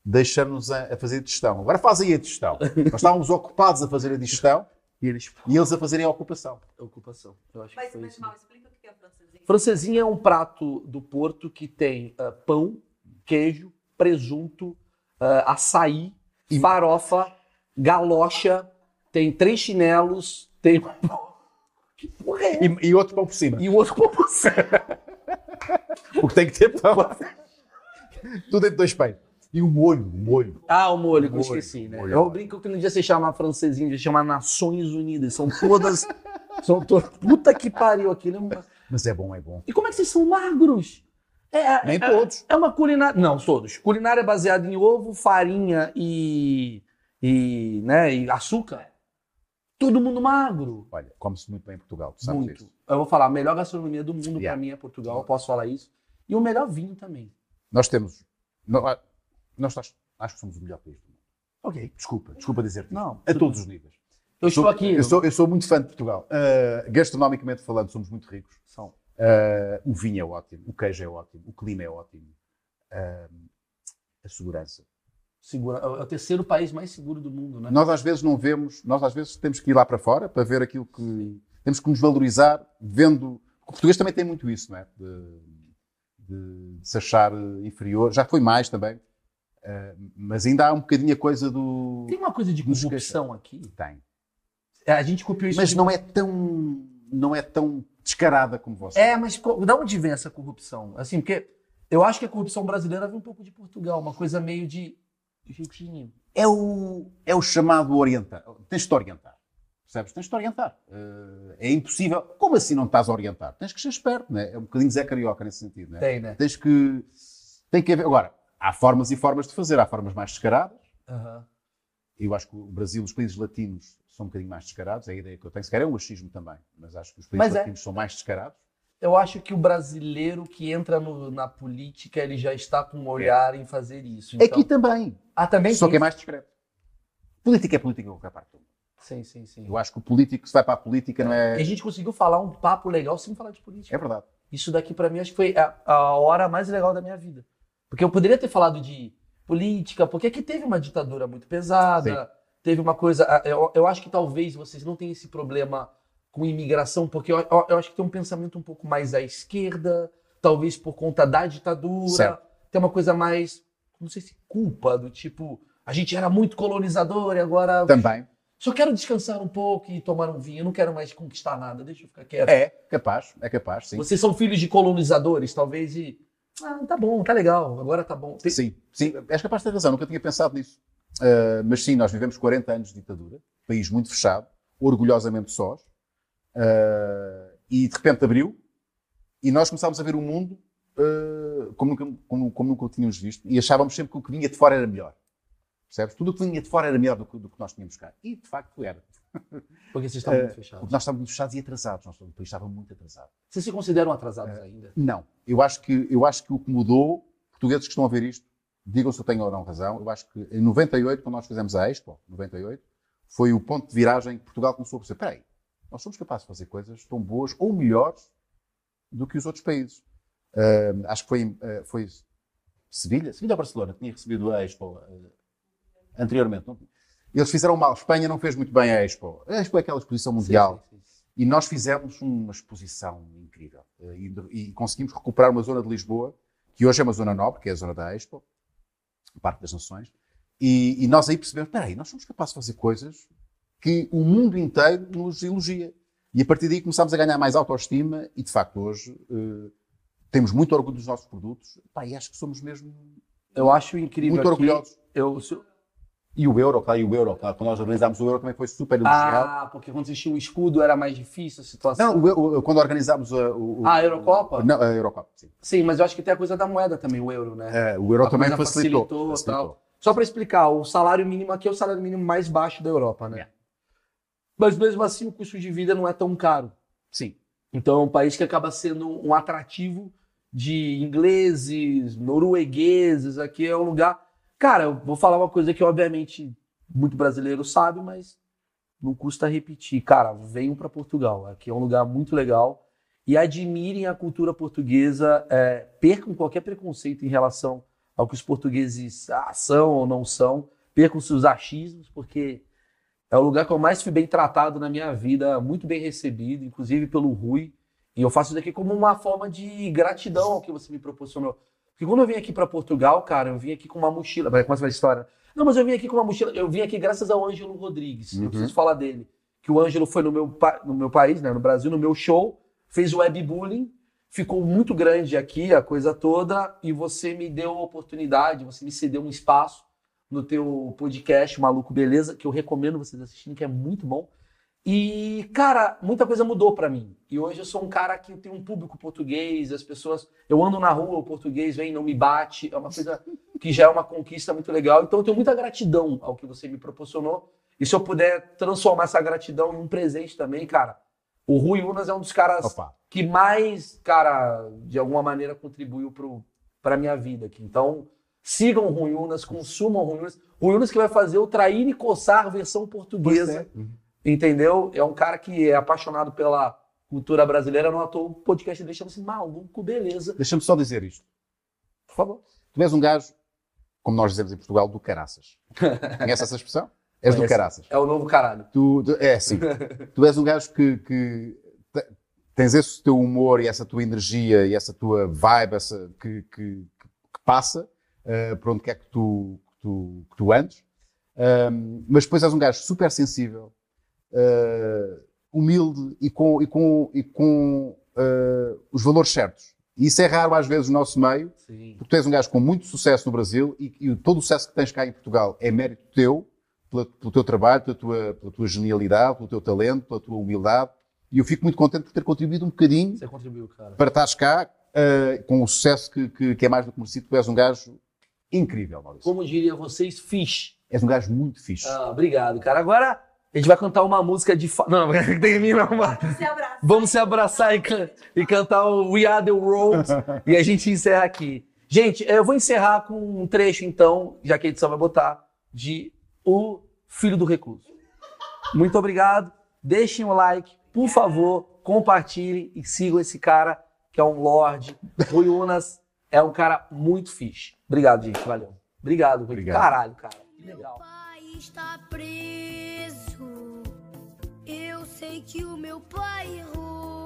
Speaker 2: deixaram-nos a, a fazer digestão. Agora faz aí a digestão. Nós estávamos ocupados a fazer a digestão
Speaker 3: E eles...
Speaker 2: e eles a fazerem a ocupação.
Speaker 3: Ocupação. Eu acho que
Speaker 4: Mas,
Speaker 3: foi
Speaker 4: mas
Speaker 3: isso.
Speaker 4: mal, explica o que é francesinha.
Speaker 3: Francesinha é um prato do Porto que tem ah, pão, queijo, presunto, ah, açaí,
Speaker 2: E-
Speaker 3: farofa, galocha, tem três chinelos, tem. um Que porra é?
Speaker 2: E, e outro pão por cima.
Speaker 3: E o outro pão por cima.
Speaker 2: Porque tem que ter pão. Tudo dentro do dois pães. E o molho, o molho.
Speaker 3: Ah, o molho, que eu
Speaker 2: Molho,
Speaker 3: esqueci, né?
Speaker 2: molho.
Speaker 3: Eu brinco que não devia se chamar francesinha, devia se chamar Nações Unidas. São todas. são todas. Puta que pariu aquilo. é uma-
Speaker 2: Mas é bom, é bom.
Speaker 3: E como é que vocês são magros? É,
Speaker 2: Nem todos.
Speaker 3: É uma culinária. Não, todos. Culinária é baseada em ovo, farinha e. e. né, e açúcar. Todo mundo magro.
Speaker 2: Olha, come-se muito bem em Portugal, tu sabes
Speaker 3: Muito.
Speaker 2: disso.
Speaker 3: Eu vou falar, a melhor gastronomia do mundo pra
Speaker 2: Yeah.
Speaker 3: mim é Portugal, eu posso falar isso. E o melhor vinho também.
Speaker 2: Nós temos. nó- Nós, acho, acho que somos o melhor país do mundo.
Speaker 3: Ok.
Speaker 2: Desculpa, desculpa dizer-te. isto.
Speaker 3: Não.
Speaker 2: A todos os níveis.
Speaker 3: Eu estou
Speaker 2: Sou-
Speaker 3: aqui.
Speaker 2: Eu sou, eu sou muito fã de Portugal. Ah, gastronomicamente falando, somos muito ricos.
Speaker 3: São.
Speaker 2: Ah, o vinho é ótimo, o queijo é ótimo, o clima é ótimo. Ah, a segurança.
Speaker 3: Segura... É o terceiro país mais seguro do mundo, né?
Speaker 2: Nós às vezes não vemos, nós às vezes temos que ir lá para fora para ver aquilo que. Temos que nos valorizar vendo. O português também tem muito isso, não é? De, de- de se achar eh, inferior. Já foi mais também. Ah, mas ainda há um bocadinho a coisa do.
Speaker 3: Tem uma coisa de
Speaker 2: Nos
Speaker 3: corrupção aqui.
Speaker 2: Tem.
Speaker 3: É, A gente copiou isso.
Speaker 2: Mas
Speaker 3: de-
Speaker 2: não é tão. Não é tão descarada como você.
Speaker 3: É, mas co- da onde vem essa corrupção? Assim, porque eu acho que a corrupção brasileira vem um pouco de Portugal, uma coisa meio de. Jeitinho.
Speaker 2: é o, é o chamado orientar. Tens de te orientar. Percebes? Tens de te orientar. Eh, é impossível. Como assim não estás a orientar? Tens que ser esperto, né? É um bocadinho Zé Carioca nesse sentido, né?
Speaker 3: Tem, né?
Speaker 2: Tens que. Tem que haver. Agora, há formas e formas de fazer. Há formas mais descaradas.
Speaker 3: Aham.
Speaker 2: Eu acho que o Brasil, os países latinos são um bocadinho mais descarados. É a ideia que eu tenho. Se calhar é um achismo também. Mas acho que os países
Speaker 3: Mas é.
Speaker 2: latinos são mais descarados.
Speaker 3: Eu acho que o brasileiro que entra no- na política, ele já está com um olhar em fazer isso. Então...
Speaker 2: Aqui também.
Speaker 3: Ah, também?
Speaker 2: É Só
Speaker 3: tem
Speaker 2: que é mais discreto. Política é política em qualquer parte do mundo.
Speaker 3: Sim, sim, sim.
Speaker 2: Eu acho que o político, se vai para a política, não
Speaker 3: E a
Speaker 2: é.
Speaker 3: gente conseguiu falar um papo legal sem falar de política.
Speaker 2: É verdade.
Speaker 3: Isso daqui pra mim acho que foi a, a hora mais legal da minha vida. Porque eu poderia ter falado de política, porque aqui teve uma ditadura muito pesada, teve uma coisa. a- Eu, eu acho que talvez vocês não tenham esse problema com imigração, porque eu, eu- eu acho que tem um pensamento um pouco mais à esquerda, talvez por conta da ditadura.
Speaker 2: Certo.
Speaker 3: Tem uma coisa mais, não sei se culpa, do tipo, a gente era muito colonizador e agora
Speaker 2: Também.
Speaker 3: só quero descansar um pouco e tomar um vinho, eu não quero mais conquistar nada, deixa eu ficar quieto.
Speaker 2: É, capaz, é capaz, sim.
Speaker 3: Vocês são filhos de colonizadores, talvez, e. Ah, tá bom, tá legal, agora tá bom. Tem-
Speaker 2: Sim, sim, és capaz de ter razão, nunca tinha pensado nisso. Ah, mas sim, nós vivemos 40 anos de ditadura, país muito fechado, orgulhosamente sós, ah, e de repente abriu, e nós começámos a ver o mundo ah, como, nunca, como, como nunca o tínhamos visto, e achávamos sempre que o que vinha de fora era melhor. Percebes? Tudo o que vinha de fora era melhor do que, do que nós tínhamos cá. E de facto era.
Speaker 3: Porque vocês estão
Speaker 2: É.
Speaker 3: muito fechados.
Speaker 2: Porque nós estávamos fechados e atrasados, nós, o país estava muito atrasado.
Speaker 3: Vocês se consideram
Speaker 2: É.
Speaker 3: atrasados ainda?
Speaker 2: Não. Eu acho que, eu acho que o que mudou, portugueses que estão a ver isto, digam se eu tenho ou não razão, eu acho que em 98, quando nós fizemos a Expo, 98, foi o ponto de viragem que Portugal começou a perceber, peraí, nós somos capazes de fazer coisas tão boas ou melhores do que os outros países. Ahm, acho que foi, em, ah, foi Sevilha, Sevilha ou Barcelona, que tinha recebido a Expo ah, anteriormente. não? Eles fizeram mal, Espanha não fez muito bem a Expo. A Expo é aquela exposição mundial.
Speaker 3: Sim, sim, sim.
Speaker 2: E nós fizemos uma exposição incrível. Eh, E, de- e conseguimos recuperar uma zona de Lisboa, que hoje é uma zona nobre, que é a zona da Expo, o Parque das Nações. E, e nós aí percebemos, espera aí, nós somos capazes de fazer coisas que o mundo inteiro nos elogia. E a partir daí começámos a ganhar mais autoestima e, de facto, hoje eh, temos muito orgulho dos nossos produtos. Pá, e acho que somos mesmo
Speaker 3: Eu acho incrível.
Speaker 2: muito
Speaker 3: que
Speaker 2: orgulhosos.
Speaker 3: Eu, se eu-
Speaker 2: E o euro, claro, e o euro, claro. Quando nós organizámos o euro também foi super elogiado.
Speaker 3: Ah, porque quando vocês tinham o escudo era mais difícil a situação.
Speaker 2: Não, o eu- o- quando organizámos a, o, o-
Speaker 3: Ah, a Eurocopa?
Speaker 2: Não, a Eurocopa, sim.
Speaker 3: Sim, mas eu acho que tem a coisa da moeda também, o euro, né?
Speaker 2: É, o euro
Speaker 3: A
Speaker 2: também
Speaker 3: coisa
Speaker 2: facilitou.
Speaker 3: facilitou,
Speaker 2: facilitou.
Speaker 3: tal. Só pra explicar, o salário mínimo aqui é o salário mínimo mais baixo da Europa, né?
Speaker 2: É.
Speaker 3: Mas mesmo assim o custo de vida não é tão caro.
Speaker 2: Sim.
Speaker 3: Então é um país que acaba sendo um atrativo de ingleses, noruegueses. Aqui é um lugar. Cara, eu vou falar uma coisa que, obviamente, muito brasileiro sabe, mas não custa repetir. Cara, venham para Portugal. Aqui é um lugar muito legal. E admirem a cultura portuguesa. É, percam qualquer preconceito em relação ao que os portugueses ah, são ou não são. Percam seus achismos, porque é o lugar que eu mais fui bem tratado na minha vida, muito bem recebido, inclusive pelo Rui. E eu faço isso daqui como uma forma de gratidão ao que você me proporcionou. Porque quando eu vim aqui para Portugal, cara, eu vim aqui com uma mochila. Vai começar a história. Não, mas eu vim aqui com uma mochila. Eu vim aqui graças ao Ângelo Rodrigues.
Speaker 2: Uhum.
Speaker 3: Eu preciso falar dele. Que o Ângelo foi no meu, pa- no meu país, né, no Brasil, no meu show, fez o webbullying, ficou muito grande aqui a coisa toda, e você me deu a oportunidade, você me cedeu um espaço no teu podcast Maluco Beleza, que eu recomendo vocês assistirem, que é muito bom. E, cara, muita coisa mudou pra mim. E hoje eu sou um cara que tem um público português, as pessoas. Eu ando na rua, o português vem, não me bate. É uma coisa que já é uma conquista muito legal. Então eu tenho muita gratidão ao que você me proporcionou. E se eu puder transformar essa gratidão em um presente também, cara. O Rui Unas é um dos caras
Speaker 2: Opa.
Speaker 3: que mais, cara, de alguma maneira contribuiu pro, pra minha vida aqui. Então, sigam o Rui Unas, consumam o Rui Unas. Rui Unas que vai fazer o Trair e Coçar versão
Speaker 2: é.
Speaker 3: portuguesa.
Speaker 2: Uhum.
Speaker 3: Entendeu? É um cara que é apaixonado pela cultura brasileira, não ator. O podcast dele chama-se Maluco Beleza.
Speaker 2: Deixa-me só dizer isto.
Speaker 3: Por favor.
Speaker 2: Tu és um gajo, como nós dizemos em Portugal, do caraças. Conhece essa expressão? És do
Speaker 3: Conheço.
Speaker 2: caraças.
Speaker 3: É o novo caralho.
Speaker 2: Tu, tu- é assim. tu és um gajo que, que te- tens esse teu humor e essa tua energia e essa tua vibe essa, que, que- que passa eh, por onde quer que tu, que tu, que tu andes. Ahm, mas depois és um gajo super sensível, eh, humilde e com, e com, e com eh, os valores certos. E isso é raro às vezes no nosso meio,
Speaker 3: Sim.
Speaker 2: porque tu és um gajo com muito sucesso no Brasil e, e todo o sucesso que tens cá em Portugal é mérito teu, pela- pelo teu trabalho, pela tua, pela tua genialidade, pelo teu talento, pela tua humildade. E eu fico muito contente por ter contribuído um bocadinho
Speaker 3: Você contribuiu, cara.
Speaker 2: para estares cá eh, com o sucesso que, que- que é mais do que merecido. Tu és um gajo incrível, Maurício.
Speaker 3: Como diria vocês, fish.
Speaker 2: És um gajo muito fixe.
Speaker 3: Ah, obrigado, cara. Agora a gente vai cantar uma música de. Fa... Não, não tem mim, não. mas-
Speaker 4: Se abraça.
Speaker 3: Vamos se abraçar e, can- e cantar o We Are The World. e a gente encerra aqui. Gente, eu vou encerrar com um trecho, então, já que a edição vai botar, de O Filho do Recluso. Muito obrigado. Deixem o like, por favor, compartilhem e sigam esse cara, que é um lorde. Rui Unas é um cara muito fixe. Obrigado, gente. Valeu. Obrigado, Rui.
Speaker 2: Obrigado.
Speaker 3: Caralho, cara. Que
Speaker 5: Meu
Speaker 3: legal.
Speaker 5: pai está preso. Eu sei que o meu pai errou.